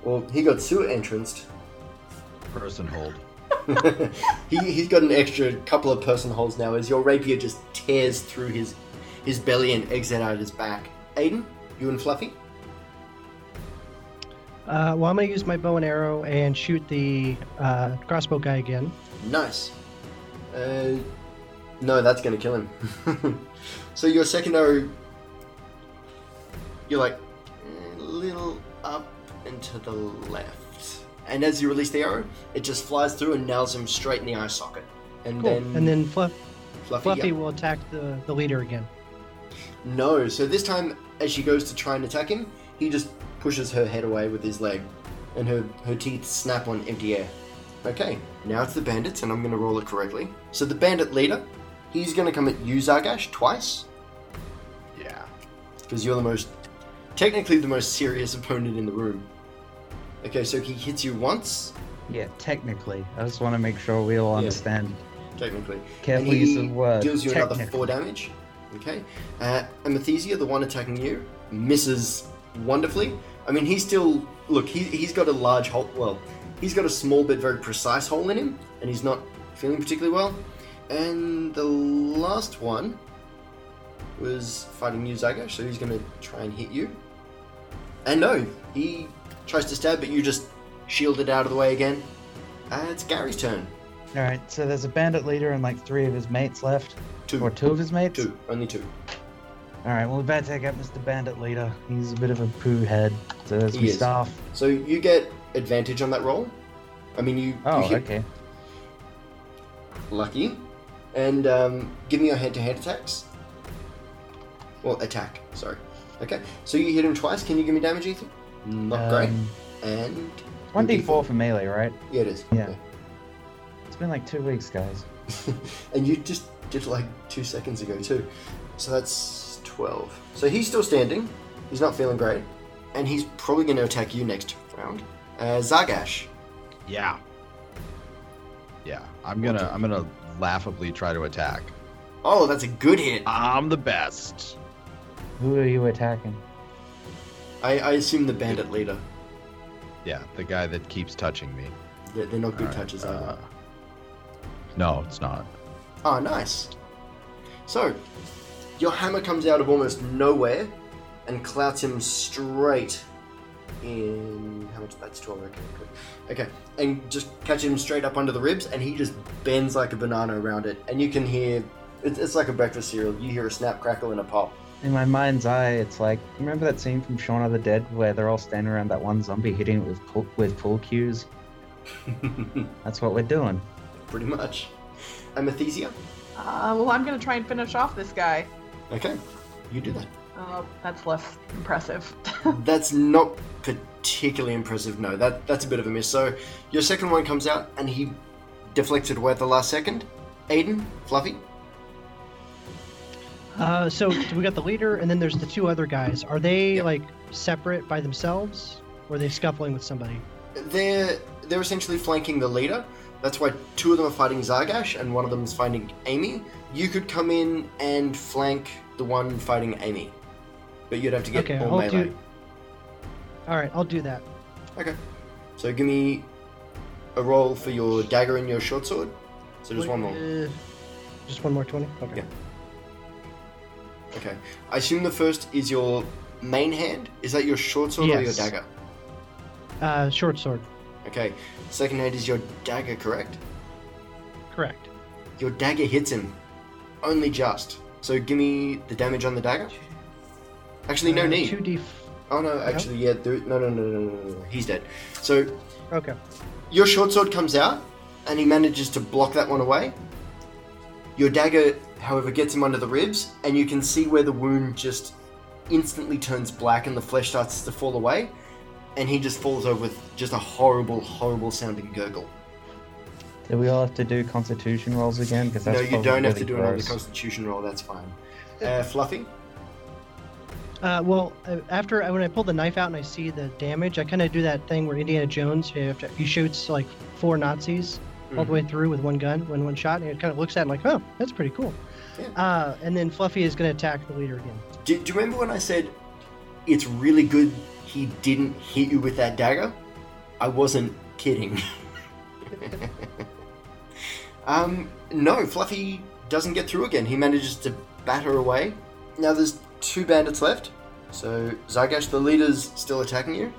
[SPEAKER 1] Well, he got sewer entranced.
[SPEAKER 6] Person hold.
[SPEAKER 1] he, he's got an extra couple of person holes now as your rapier just tears through his his belly and exits out his back. Aiden, you and Fluffy?
[SPEAKER 2] Uh, well, I'm gonna use my bow and arrow and shoot the uh, crossbow guy again.
[SPEAKER 1] Nice. Uh, no, that's going to kill him. so your second arrow, you're like a little up and to the left. And as you release the arrow, it just flies through and nails him straight in the eye socket. And
[SPEAKER 2] Cool.
[SPEAKER 1] then,
[SPEAKER 2] and then Fluff,
[SPEAKER 1] Fluffy,
[SPEAKER 2] Fluffy
[SPEAKER 1] yeah.
[SPEAKER 2] will attack the, the leader again.
[SPEAKER 1] No, so this time, as she goes to try and attack him, he just pushes her head away with his leg, and her, her teeth snap on empty air. Okay, now it's the bandits, and I'm going to roll it correctly. So the bandit leader, he's going to come at you, Zargash, twice,
[SPEAKER 6] Yeah.
[SPEAKER 1] because you're the most, technically the most serious opponent in the room. Okay, so he hits you once,
[SPEAKER 3] Yeah, technically. I just want to make sure we all
[SPEAKER 1] Yeah.
[SPEAKER 3] understand.
[SPEAKER 1] technically.
[SPEAKER 3] Careful
[SPEAKER 1] And he
[SPEAKER 3] use of words.
[SPEAKER 1] Deals you another
[SPEAKER 3] technic-
[SPEAKER 1] four damage. Okay. Uh, Amethysia, the one attacking you, misses wonderfully. I mean, he's still. Look, he, he's got a large hole. Well, he's got a small but very precise hole in him, and he's not feeling particularly well. And the last one was fighting you, Zago, so he's going to try and hit you. And no, he tries to stab, but you just shield it out of the way again. Uh, it's Gary's turn.
[SPEAKER 3] All right, so there's a bandit leader and like three of his mates left,
[SPEAKER 1] Two.
[SPEAKER 3] or two of his mates.
[SPEAKER 1] Two. Only two.
[SPEAKER 3] All right, well, we're about to take out Mr. Bandit leader. He's a bit of a poo head, so there's
[SPEAKER 1] He
[SPEAKER 3] my
[SPEAKER 1] is.
[SPEAKER 3] staff.
[SPEAKER 1] So you get advantage on that roll. I mean, you,
[SPEAKER 3] Oh,
[SPEAKER 1] you hit
[SPEAKER 3] okay.
[SPEAKER 1] lucky. And um, give me your head to head attacks. Well, attack, sorry. Okay, so you hit him twice. Can you give me damage, Ethan? Not great.
[SPEAKER 3] Um,
[SPEAKER 1] And.
[SPEAKER 3] 1d4 for melee, right?
[SPEAKER 1] Yeah, it is.
[SPEAKER 3] Yeah. It's been like two weeks, guys.
[SPEAKER 1] Yeah. and you just did like two seconds ago, too. So that's 12. So he's still standing. He's not feeling great. And he's probably going to attack you next round. Uh, Zargash.
[SPEAKER 6] Yeah. Yeah. I'm gonna I'm gonna laughably try to attack.
[SPEAKER 1] Oh, that's a good hit.
[SPEAKER 6] I'm the best.
[SPEAKER 3] Who are you attacking?
[SPEAKER 1] I, I assume the bandit leader.
[SPEAKER 6] Yeah, the guy that keeps touching me.
[SPEAKER 1] They're, they're not good
[SPEAKER 6] Alright,
[SPEAKER 1] touches,
[SPEAKER 6] uh,
[SPEAKER 1] are
[SPEAKER 6] No, it's not.
[SPEAKER 1] they? Oh, nice. So, your hammer comes out of almost nowhere and clouts him straight in. How much? That's 12, okay. Good. Okay, and just catches him straight up under the ribs, and he just bends like a banana around it. And you can hear. It's, it's like a breakfast cereal. You hear a snap, crackle, and a pop.
[SPEAKER 3] In my mind's eye, it's like remember that scene from Shaun of the Dead where they're all standing around that one zombie hitting it with pool, with pool cues. That's what we're doing.
[SPEAKER 1] Pretty much. Amethysia?
[SPEAKER 5] Uh, well, I'm gonna try and finish off this guy.
[SPEAKER 1] Okay, you do that.
[SPEAKER 5] Uh, that's less impressive.
[SPEAKER 1] That's not particularly impressive. No, that that's a bit of a miss. So your second one comes out, and he deflects it away at the last second. Aiden, Fluffy.
[SPEAKER 2] Uh, so we got the leader, and then there's the two other guys. Are they
[SPEAKER 1] Yep.
[SPEAKER 2] like separate by themselves, or are they scuffling with somebody?
[SPEAKER 1] They're they're essentially flanking the leader. That's why two of them are fighting Zargash, and one of them's fighting Amy. You could come in and flank the one fighting Amy, but you'd have to get
[SPEAKER 2] Okay,
[SPEAKER 1] all
[SPEAKER 2] I'll do-
[SPEAKER 1] melee.
[SPEAKER 2] All right, I'll do that.
[SPEAKER 1] So give me a roll for your dagger and your short sword. So just one roll.
[SPEAKER 2] Uh, just one more twenty. Okay.
[SPEAKER 1] Yeah. Okay. I assume the first is your main hand. Is that your short sword or your
[SPEAKER 2] Yes.
[SPEAKER 1] dagger?
[SPEAKER 2] Uh, short sword.
[SPEAKER 1] Okay. Second hand is your dagger, correct?
[SPEAKER 2] Correct.
[SPEAKER 1] Your dagger hits him. Only just. So give me the damage on the dagger. Actually, no
[SPEAKER 2] Uh,
[SPEAKER 1] need.
[SPEAKER 2] Two D.
[SPEAKER 1] Oh no, actually, yeah. There, no, no, no, no, no, no, no. He's dead. So
[SPEAKER 2] Okay.
[SPEAKER 1] Your short sword comes out, and he manages to block that one away. Your dagger, however, gets him under the ribs, and you can see where the wound just instantly turns black and the flesh starts to fall away, and he just falls over with just a horrible, horrible sounding gurgle.
[SPEAKER 3] Do we all have to do constitution rolls again? Because that's
[SPEAKER 1] no, you
[SPEAKER 3] probably
[SPEAKER 1] don't have
[SPEAKER 3] really
[SPEAKER 1] to do another
[SPEAKER 3] gross.
[SPEAKER 1] constitution roll, that's fine. Uh, Fluffy?
[SPEAKER 2] Uh, well, uh, after I- when I pull the knife out and I see the damage, I kind of do that thing where Indiana Jones, you have to, he shoots like four Nazis all
[SPEAKER 1] Hmm.
[SPEAKER 2] the way through with one gun, when one shot, and it kind of looks at it like, oh, that's pretty cool.
[SPEAKER 1] Yeah.
[SPEAKER 2] Uh, and then Fluffy is going to attack the leader again.
[SPEAKER 1] Do, do you remember when I said it's really good he didn't hit you with that dagger? I wasn't kidding. um, no, Fluffy doesn't get through again. He manages to batter away. Now there's two bandits left. So Zargash, the leader's still attacking you,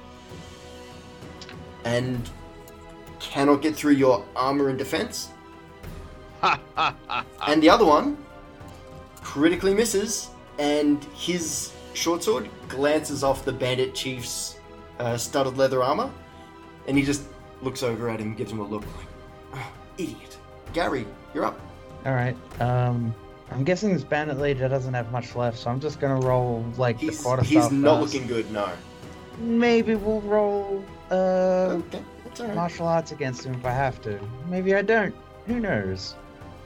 [SPEAKER 1] and cannot get through your armor and defense. And the other one critically misses, and his short sword glances off the bandit chief's uh, studded leather armor, and he just looks over at him, gives him a look like, oh, idiot. Gary, you're up.
[SPEAKER 3] All right. Um, I'm guessing this bandit leader doesn't have much left, so I'm just gonna roll like
[SPEAKER 1] He's,
[SPEAKER 3] the quarter
[SPEAKER 1] he's
[SPEAKER 3] staff
[SPEAKER 1] not
[SPEAKER 3] first.
[SPEAKER 1] looking good, no.
[SPEAKER 3] Maybe we'll roll uh,
[SPEAKER 1] Okay, that's alright.
[SPEAKER 3] martial arts against him if I have to. Maybe I don't. Who knows?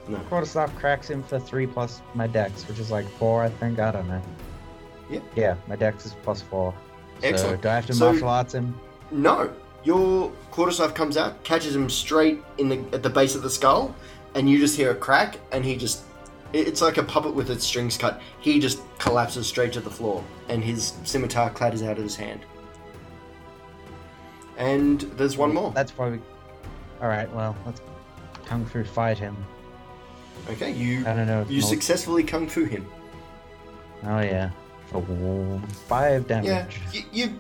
[SPEAKER 1] No.
[SPEAKER 3] Quarterstaff cracks him for three plus my dex, which is like four, I think. I don't know.
[SPEAKER 1] Yeah.
[SPEAKER 3] Yeah, my dex is plus four. So
[SPEAKER 1] Excellent.
[SPEAKER 3] do I have to
[SPEAKER 1] So-
[SPEAKER 3] martial arts him?
[SPEAKER 1] No, your quarterstaff comes out, catches him straight in the at the base of the skull, and you just hear a crack, and he just. it- It's like a puppet with its strings cut. He just collapses straight to the floor, and his scimitar clatters out of his hand. And there's one more.
[SPEAKER 3] That's why we. All right. Well, let's kung fu fight him.
[SPEAKER 1] Okay, you
[SPEAKER 3] I don't know. if
[SPEAKER 1] you
[SPEAKER 3] mul-
[SPEAKER 1] successfully kung fu him.
[SPEAKER 3] Oh yeah. For five damage.
[SPEAKER 1] Yeah, you, you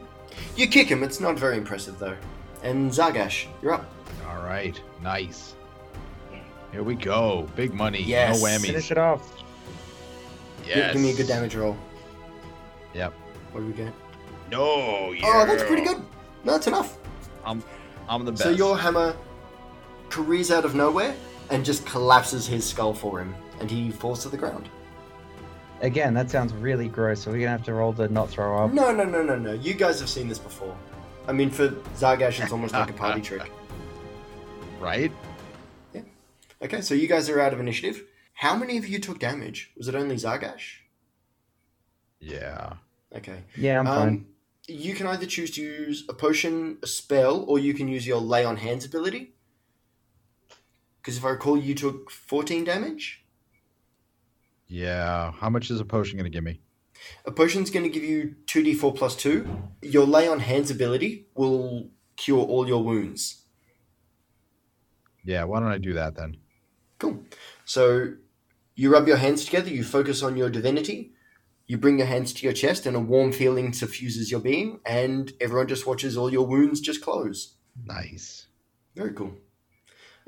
[SPEAKER 1] you kick him. It's not very impressive though. And Zargash, you're up.
[SPEAKER 6] All right, nice. Here we go. Big money.
[SPEAKER 1] Yes.
[SPEAKER 6] No
[SPEAKER 3] Finish
[SPEAKER 6] whammies.
[SPEAKER 3] it off.
[SPEAKER 1] Gi-
[SPEAKER 6] Yes.
[SPEAKER 1] Give me a good damage roll.
[SPEAKER 6] Yep.
[SPEAKER 1] What do we get?
[SPEAKER 6] No.
[SPEAKER 1] Oh, that's pretty
[SPEAKER 6] yeah.
[SPEAKER 1] good. No, that's enough.
[SPEAKER 6] I'm the best.
[SPEAKER 1] So your hammer careers out of nowhere and just collapses his skull for him, and he falls to the ground.
[SPEAKER 3] Again, that sounds really gross. So we're gonna have to roll the not throw up.
[SPEAKER 1] No, no, no, no, no. You guys have seen this before. I mean, for Zargash, it's almost like a party trick.
[SPEAKER 6] right.
[SPEAKER 1] Okay, so you guys are out of initiative. How many of you took damage? Was it only Zargash?
[SPEAKER 6] Yeah.
[SPEAKER 1] Okay. Um,
[SPEAKER 3] Yeah, I'm fine.
[SPEAKER 1] You can either choose to use a potion, a spell, or you can use your lay on hands ability. Because if I recall, you took 14 damage.
[SPEAKER 6] Yeah. How much is a potion gonna give me?
[SPEAKER 1] A potion's going to give you 2d4 plus 2. Your lay on hands ability will cure all your wounds.
[SPEAKER 6] Yeah. Why don't I do that then?
[SPEAKER 1] Cool. So you rub your hands together, you focus on your divinity, you bring your hands to your chest, and a warm feeling suffuses your being, and everyone just watches all your wounds just close.
[SPEAKER 6] Nice.
[SPEAKER 1] Very cool.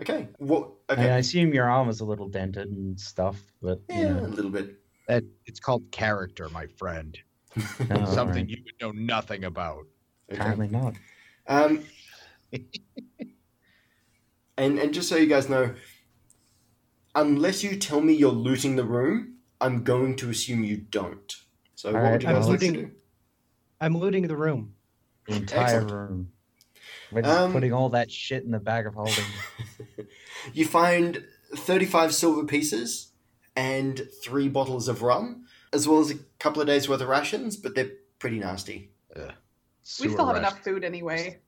[SPEAKER 1] Okay. What?
[SPEAKER 3] I, mean, I
[SPEAKER 1] Okay.
[SPEAKER 3] assume your arm is a little dented and stuff, but you
[SPEAKER 1] Yeah, a
[SPEAKER 3] know.
[SPEAKER 1] little bit.
[SPEAKER 6] That it's called character, my friend.
[SPEAKER 1] Oh,
[SPEAKER 3] no,
[SPEAKER 6] Something
[SPEAKER 3] alright.
[SPEAKER 6] you would know nothing about.
[SPEAKER 1] Okay.
[SPEAKER 3] Apparently not.
[SPEAKER 1] Um, and and just so you guys know, unless you tell me you're looting the room, I'm going to assume you don't. So what
[SPEAKER 3] All
[SPEAKER 1] would
[SPEAKER 3] right,
[SPEAKER 1] you guys
[SPEAKER 2] I'm
[SPEAKER 1] like to do?
[SPEAKER 2] looking- I'm looting the room.
[SPEAKER 3] The entire
[SPEAKER 1] Excellent.
[SPEAKER 3] room. We're
[SPEAKER 1] Um,
[SPEAKER 3] putting all that shit in the bag of holding.
[SPEAKER 1] You find 35 silver pieces and three bottles of rum, as well as a couple of days' worth of rations, but they're pretty nasty.
[SPEAKER 5] We still have enough food anyway.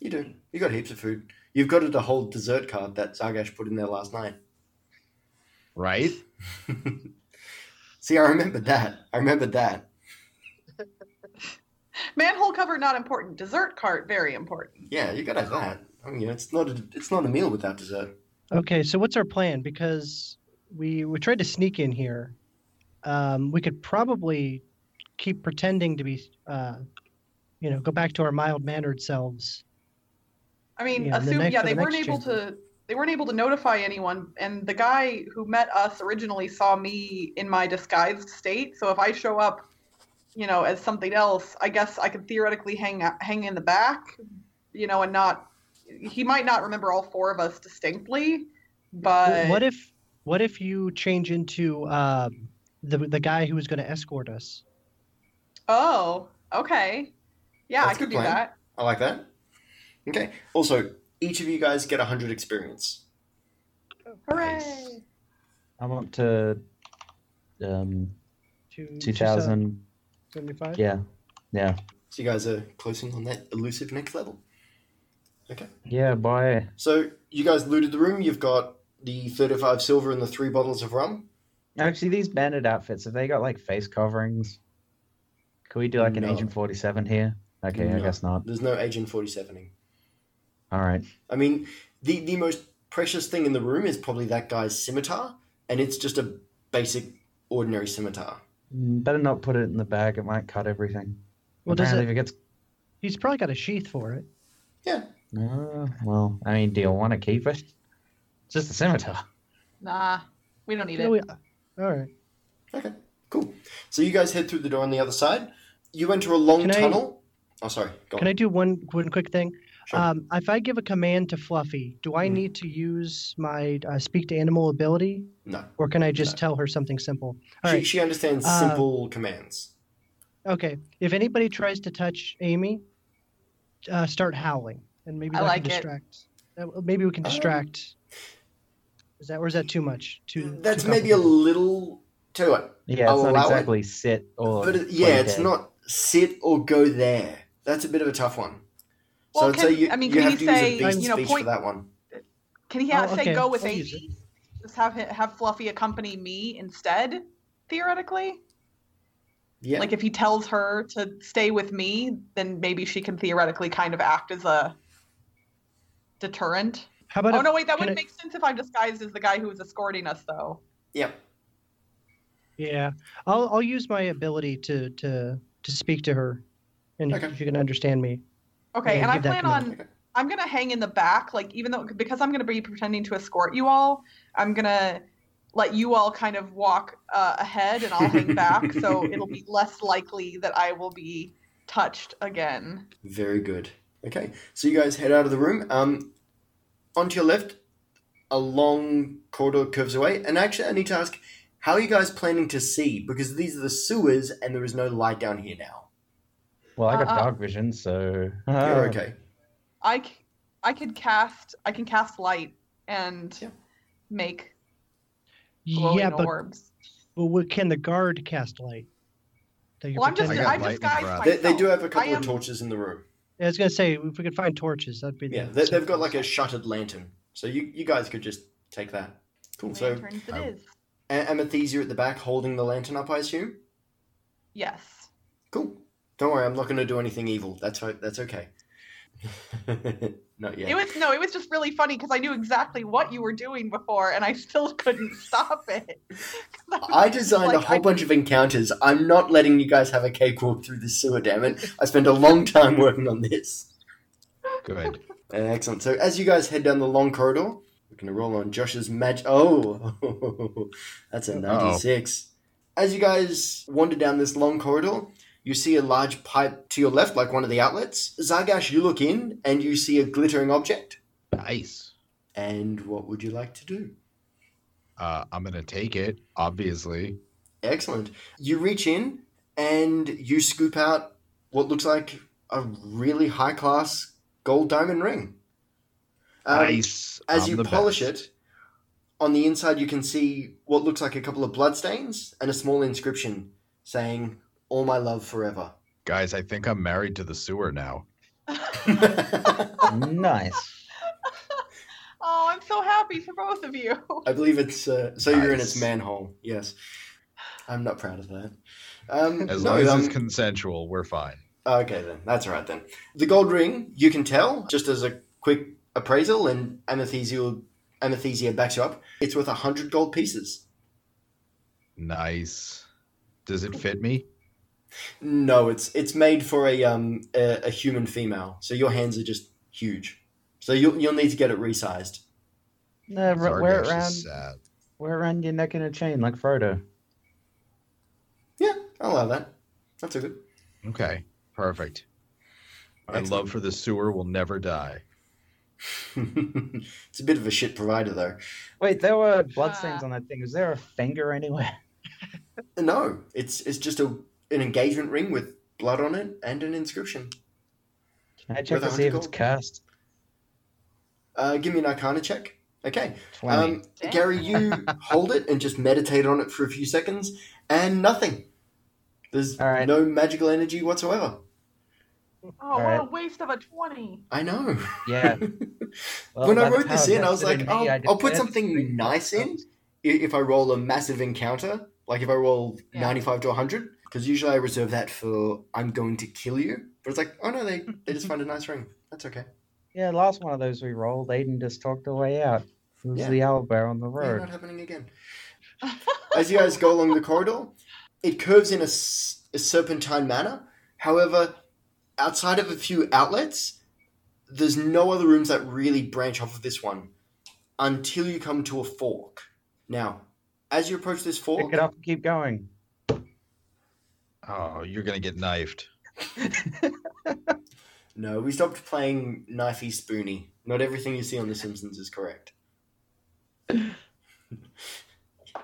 [SPEAKER 1] You do. You got heaps of food. You've got the whole dessert card that Zargash put in there last night.
[SPEAKER 6] Right?
[SPEAKER 1] See, I remembered that. I remembered that.
[SPEAKER 5] Manhole cover not important. Dessert cart very important.
[SPEAKER 1] Yeah, you got to have that. I mean, it's not a, it's not a meal without dessert.
[SPEAKER 2] Okay, so what's our plan? Because we we tried to sneak in here. Um, we could probably keep pretending to be, uh, you know, go back to our mild mannered selves.
[SPEAKER 5] I mean,
[SPEAKER 2] Yeah, the
[SPEAKER 5] assume
[SPEAKER 2] next-
[SPEAKER 5] yeah
[SPEAKER 2] for
[SPEAKER 5] they
[SPEAKER 2] the
[SPEAKER 5] weren't
[SPEAKER 2] next
[SPEAKER 5] able to they weren't able to notify anyone. And the guy who met us originally saw me in my disguised state. So if I show up, you know, as something else, I guess I could theoretically hang out- hang in the back, you know, and not. He might not remember all four of us distinctly, but
[SPEAKER 2] what if what if you change into um, the the guy who was going to escort us?
[SPEAKER 5] oh, okay, yeah,
[SPEAKER 1] That's a
[SPEAKER 5] I could
[SPEAKER 1] good
[SPEAKER 5] do
[SPEAKER 1] plan.
[SPEAKER 5] that.
[SPEAKER 1] I like that. Okay. Also, each of you guys get 100 experience.
[SPEAKER 5] Hooray!
[SPEAKER 3] I'm up to um,
[SPEAKER 2] Two
[SPEAKER 3] 2,000.
[SPEAKER 2] 75?
[SPEAKER 3] Yeah. Yeah.
[SPEAKER 1] So you guys are closing on that elusive next level.
[SPEAKER 3] Yeah, bye.
[SPEAKER 1] So you guys looted the room. You've got the thirty-five silver and the three bottles of rum.
[SPEAKER 3] Actually, these bandit outfits, have they got like face coverings? Could we do like an
[SPEAKER 1] No.
[SPEAKER 3] Agent 47 here? Okay, I
[SPEAKER 1] No.
[SPEAKER 3] guess not.
[SPEAKER 1] There's no Agent forty-sevening.
[SPEAKER 3] All right.
[SPEAKER 1] I mean, the the most precious thing in the room is probably that guy's scimitar, and it's just a basic, ordinary scimitar.
[SPEAKER 3] Mm, Better not put it in the bag. It might cut everything.
[SPEAKER 2] Well, does it,
[SPEAKER 3] Apparently, if it gets.
[SPEAKER 2] he's probably got a sheath for it.
[SPEAKER 1] Yeah,
[SPEAKER 3] Uh, well, I mean, do you want to keep it? It's just a scimitar.
[SPEAKER 5] Nah, we don't need
[SPEAKER 2] You
[SPEAKER 5] it.
[SPEAKER 2] know, we- uh, all right.
[SPEAKER 1] Okay, cool. So you guys head through the door on the other side. You enter a long
[SPEAKER 2] Can I-
[SPEAKER 1] tunnel. Oh, sorry. Go
[SPEAKER 2] Can
[SPEAKER 1] on.
[SPEAKER 2] I do one one quick thing?
[SPEAKER 1] Sure.
[SPEAKER 2] Um, if I give a command to Fluffy, do I
[SPEAKER 1] Mm.
[SPEAKER 2] need to use my uh, speak to animal ability,
[SPEAKER 1] No.
[SPEAKER 2] or can I just
[SPEAKER 1] No.
[SPEAKER 2] tell her something simple? All
[SPEAKER 1] She,
[SPEAKER 2] right.
[SPEAKER 1] she understands
[SPEAKER 2] Uh,
[SPEAKER 1] simple commands.
[SPEAKER 2] Okay. If anybody tries to touch Amy, uh, start howling, and maybe
[SPEAKER 5] I
[SPEAKER 2] that
[SPEAKER 5] like it.
[SPEAKER 2] can distract. That, maybe we can
[SPEAKER 1] Um,
[SPEAKER 2] distract. is that or is that too much? Too.
[SPEAKER 1] That's
[SPEAKER 2] too
[SPEAKER 1] maybe a
[SPEAKER 2] complicated?
[SPEAKER 1] little. Tell you what.
[SPEAKER 3] Yeah, it's
[SPEAKER 1] I'll allow
[SPEAKER 3] not
[SPEAKER 1] it.
[SPEAKER 3] exactly sit or.
[SPEAKER 1] But it, yeah, it's
[SPEAKER 3] okay.
[SPEAKER 1] not sit or go there. That's a bit of a tough one. So
[SPEAKER 5] Well,
[SPEAKER 1] I'd
[SPEAKER 5] can-
[SPEAKER 1] say you,
[SPEAKER 5] I mean,
[SPEAKER 1] you
[SPEAKER 5] can
[SPEAKER 1] have
[SPEAKER 5] he
[SPEAKER 1] to
[SPEAKER 5] say,
[SPEAKER 1] use a beast
[SPEAKER 5] you know,
[SPEAKER 1] speech
[SPEAKER 5] point-
[SPEAKER 1] for that one.
[SPEAKER 5] Can he ha-
[SPEAKER 2] Oh,
[SPEAKER 5] say
[SPEAKER 2] okay.
[SPEAKER 5] go with
[SPEAKER 2] I'll
[SPEAKER 5] Amy?
[SPEAKER 2] use
[SPEAKER 5] Just have hi- have Fluffy accompany me instead, theoretically.
[SPEAKER 1] Yeah.
[SPEAKER 5] Like if he tells her to stay with me, then maybe she can theoretically kind of act as a deterrent.
[SPEAKER 2] How about
[SPEAKER 5] oh
[SPEAKER 2] if-
[SPEAKER 5] no, wait, that
[SPEAKER 2] can
[SPEAKER 5] wouldn't
[SPEAKER 2] I-
[SPEAKER 5] make sense if I'm disguised as the guy who was escorting us, though.
[SPEAKER 1] yeah.
[SPEAKER 2] yeah? I'll I'll use my ability to to to speak to her, and
[SPEAKER 1] Okay.
[SPEAKER 2] if you can understand me.
[SPEAKER 5] Okay,
[SPEAKER 2] Yeah,
[SPEAKER 5] and I
[SPEAKER 2] give that
[SPEAKER 5] plan on
[SPEAKER 1] command.
[SPEAKER 5] I'm gonna hang in the back, like even though because I'm gonna be pretending to escort you all, I'm gonna let you all kind of walk uh, ahead and I'll hang back, so it'll be less likely that I will be touched again.
[SPEAKER 1] Very good. Okay, so you guys head out of the room. Um, onto your left, a long corridor curves away. And actually, I need to ask, how are you guys planning to see? Because these are the sewers, and there is no light down here now.
[SPEAKER 3] Well, I got
[SPEAKER 5] Uh-uh.
[SPEAKER 3] dark vision, so.
[SPEAKER 1] You're okay.
[SPEAKER 5] I c- I could cast I can cast light and
[SPEAKER 1] Yeah.
[SPEAKER 5] make glowing
[SPEAKER 2] Yeah, but
[SPEAKER 5] orbs.
[SPEAKER 2] Well, what can the guard cast light? That you're
[SPEAKER 5] Well, I'm just
[SPEAKER 2] pretending-
[SPEAKER 6] I got
[SPEAKER 5] I've
[SPEAKER 6] lightning
[SPEAKER 5] disguised
[SPEAKER 6] breath.
[SPEAKER 5] myself.
[SPEAKER 1] They, they do have a couple
[SPEAKER 5] I
[SPEAKER 1] of
[SPEAKER 5] am-
[SPEAKER 1] torches in the room.
[SPEAKER 2] Yeah, I was gonna say if we could find torches, that'd be the
[SPEAKER 1] Yeah, they, they've got like a
[SPEAKER 2] simplest.
[SPEAKER 1] shuttered lantern. So you, you guys could just take that. Cool. So
[SPEAKER 5] Lanterns it
[SPEAKER 6] I-
[SPEAKER 5] is.
[SPEAKER 1] A- Amethysia at the back holding the lantern up, I assume.
[SPEAKER 5] Yes.
[SPEAKER 1] Cool. Don't worry, I'm not going to do anything evil. That's o- that's okay. not
[SPEAKER 5] It
[SPEAKER 1] yet.
[SPEAKER 5] was no, it was just really funny because I knew exactly what you were doing before, and I still couldn't stop it. 'Cause I was
[SPEAKER 1] I designed a
[SPEAKER 5] like,
[SPEAKER 1] whole
[SPEAKER 5] I-
[SPEAKER 1] bunch of encounters. I'm not letting you guys have a cakewalk through the sewer, damn it. I spent a long time working on this.
[SPEAKER 6] Good.
[SPEAKER 1] Uh, excellent. So as you guys head down the long corridor, we're going to roll on Josh's match. Oh, that's a 96. As you guys wander down this long corridor, you see a large pipe to your left, like one of the outlets. Zargash, you look in and you see a glittering object.
[SPEAKER 6] Nice.
[SPEAKER 1] And what would you like to do?
[SPEAKER 6] Uh, I'm gonna take it, obviously.
[SPEAKER 1] Excellent. You reach in and you scoop out what looks like a really high class gold diamond ring. Um,
[SPEAKER 6] nice.
[SPEAKER 1] As
[SPEAKER 6] I'm
[SPEAKER 1] you
[SPEAKER 6] the
[SPEAKER 1] polish
[SPEAKER 6] best.
[SPEAKER 1] it, on the inside you can see what looks like a couple of bloodstains and a small inscription saying, All my love forever.
[SPEAKER 6] guys, I think I'm married to the sewer now.
[SPEAKER 1] I
[SPEAKER 3] nice.
[SPEAKER 5] Oh, I'm so happy for both of you.
[SPEAKER 1] believe it's uh, so you're in its
[SPEAKER 6] Nice.
[SPEAKER 1] manhole. Yes, I'm not proud of that. Um,
[SPEAKER 6] As
[SPEAKER 1] no,
[SPEAKER 6] long as
[SPEAKER 1] um,
[SPEAKER 6] it's consensual, we're fine.
[SPEAKER 1] Okay, then. That's all right, then. The gold ring, you can tell, just as a quick appraisal, and Amethysia, Amethysia backs you up. It's worth 100 gold pieces.
[SPEAKER 6] Nice. Does it fit me?
[SPEAKER 1] No, it's it's made for a, um, a, a human female, so your hands are just huge. So you'll, you'll need to get it resized.
[SPEAKER 3] No, r- wear it
[SPEAKER 6] Zargash
[SPEAKER 3] around,
[SPEAKER 6] is sad.
[SPEAKER 3] wear it around your neck in a chain like Frodo.
[SPEAKER 1] Yeah, I'll allow that. That's all good.
[SPEAKER 6] Okay, perfect. My
[SPEAKER 1] Excellent.
[SPEAKER 6] love for the sewer will never die.
[SPEAKER 1] it's a bit of a shit provider, though.
[SPEAKER 3] Wait, there were bloodstains on that thing. Was there a finger anywhere?
[SPEAKER 1] No, it's it's just a an engagement ring with blood on it and an inscription.
[SPEAKER 3] Can I check
[SPEAKER 1] With a
[SPEAKER 3] to see if it's
[SPEAKER 1] hundred gold?
[SPEAKER 3] cursed?
[SPEAKER 1] Uh, give me an Arcana check. Okay.
[SPEAKER 3] Twenty.
[SPEAKER 1] Um, Gary, you hold it and just meditate on it for a few seconds, and nothing. There's
[SPEAKER 3] All right.
[SPEAKER 1] no magical energy whatsoever.
[SPEAKER 5] Oh,
[SPEAKER 3] All
[SPEAKER 5] what
[SPEAKER 3] right.
[SPEAKER 5] a waste of a 20.
[SPEAKER 1] I know.
[SPEAKER 3] yeah. Well,
[SPEAKER 1] when
[SPEAKER 3] by
[SPEAKER 1] I
[SPEAKER 3] the
[SPEAKER 1] wrote this
[SPEAKER 3] powers
[SPEAKER 1] in, I was
[SPEAKER 3] vested
[SPEAKER 1] like, "Oh,
[SPEAKER 3] in me,
[SPEAKER 1] I'll,
[SPEAKER 3] I
[SPEAKER 1] I'll put
[SPEAKER 3] declare-
[SPEAKER 1] something nice in i- if I roll a massive encounter, like if I roll
[SPEAKER 5] Yeah.
[SPEAKER 1] 95 to 100, because usually I reserve that for I'm going to kill you. But it's like, oh no, they, they just find a nice ring. That's okay.
[SPEAKER 3] Yeah, last one of those we rolled, Aiden just talked her way out. It was
[SPEAKER 1] Yeah.
[SPEAKER 3] the owlbear on the
[SPEAKER 1] Yeah,
[SPEAKER 3] road.
[SPEAKER 1] not happening again. As you guys go along the corridor, it curves in a, s- a serpentine manner. However, outside of a few outlets, there's no other rooms that really branch off of this one until you come to a fork. Now, as you approach this
[SPEAKER 3] Pick
[SPEAKER 1] fork,
[SPEAKER 3] it up and keep going.
[SPEAKER 6] Oh, you're gonna get knifed.
[SPEAKER 1] no, we stopped playing knifey spoony. Not everything you see on The Simpsons is correct.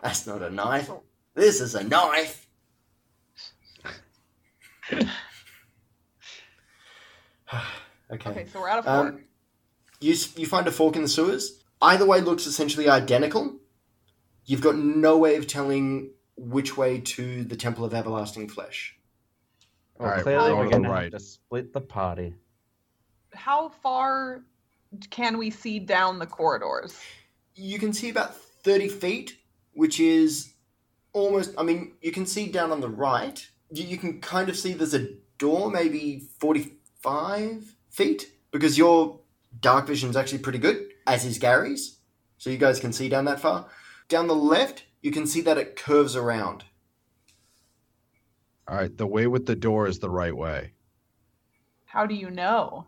[SPEAKER 1] That's not a knife. This is a knife. okay.
[SPEAKER 5] Okay, so we're out of four.
[SPEAKER 1] Um, you s- you find a fork in the sewers. Either way looks essentially identical. You've got no way of telling which way to the Temple of Everlasting Flesh.
[SPEAKER 3] Well,
[SPEAKER 6] Alright,
[SPEAKER 3] clearly
[SPEAKER 5] we're
[SPEAKER 3] we're
[SPEAKER 5] going
[SPEAKER 6] the
[SPEAKER 5] to
[SPEAKER 3] gonna
[SPEAKER 6] right.
[SPEAKER 3] have to split the party.
[SPEAKER 5] How far can we see down the corridors?
[SPEAKER 1] You can see about thirty feet, which is almost. I mean, you can see down on the right. You, you can kind of see there's a door, maybe forty-five feet, because your dark vision's actually pretty good, as is Gary's. So you guys can see down that far. Down the left, you can see that it curves around.
[SPEAKER 6] All right, the way with the door is the right way
[SPEAKER 5] How do you know?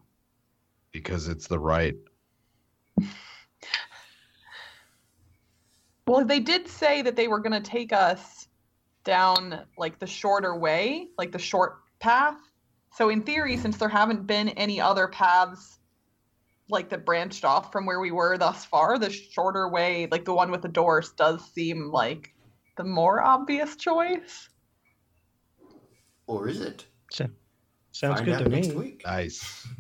[SPEAKER 6] because it's the right.
[SPEAKER 5] Well, they did say that they were going to take us down like the shorter way, like the short path. So in theory, since there haven't been any other paths like that branched off from where we were thus far, the shorter way, like the one with the doors does seem like the more obvious choice.
[SPEAKER 1] Or is it?
[SPEAKER 2] Sounds
[SPEAKER 1] Find
[SPEAKER 2] good
[SPEAKER 1] out
[SPEAKER 2] to
[SPEAKER 1] next
[SPEAKER 2] me.
[SPEAKER 1] Week.
[SPEAKER 6] Nice.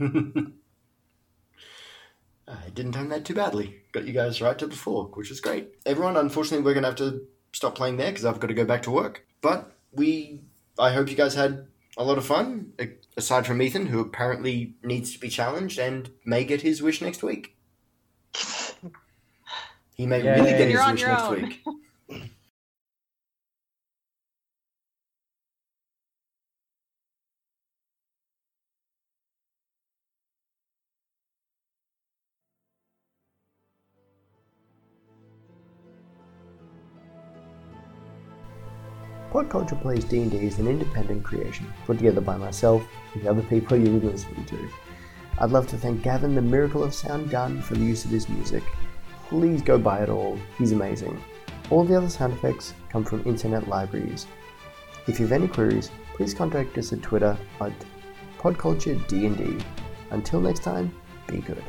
[SPEAKER 1] I Uh, didn't time that too badly. Got you guys right to the fork, which is great. Everyone, unfortunately, we're going to have to stop playing there because I've got to go back to work. But we, I hope you guys had a lot of fun, a- aside from Ethan, who apparently needs to be challenged and may get his wish next week. He may
[SPEAKER 3] Yay.
[SPEAKER 1] really get
[SPEAKER 3] Ethan,
[SPEAKER 1] his
[SPEAKER 5] you're on
[SPEAKER 1] wish
[SPEAKER 5] your
[SPEAKER 1] next
[SPEAKER 5] own.
[SPEAKER 1] week. Pod Culture Plays D&D is an independent creation put together by myself and the other people you're listening to. I'd love to thank Gavin, the Miracle of Sound Garden, for the use of his music. Please go buy it all, he's amazing. All the other sound effects come from internet libraries. If you have any queries, please contact us at Twitter at PodCultureDD. Until next time, be good.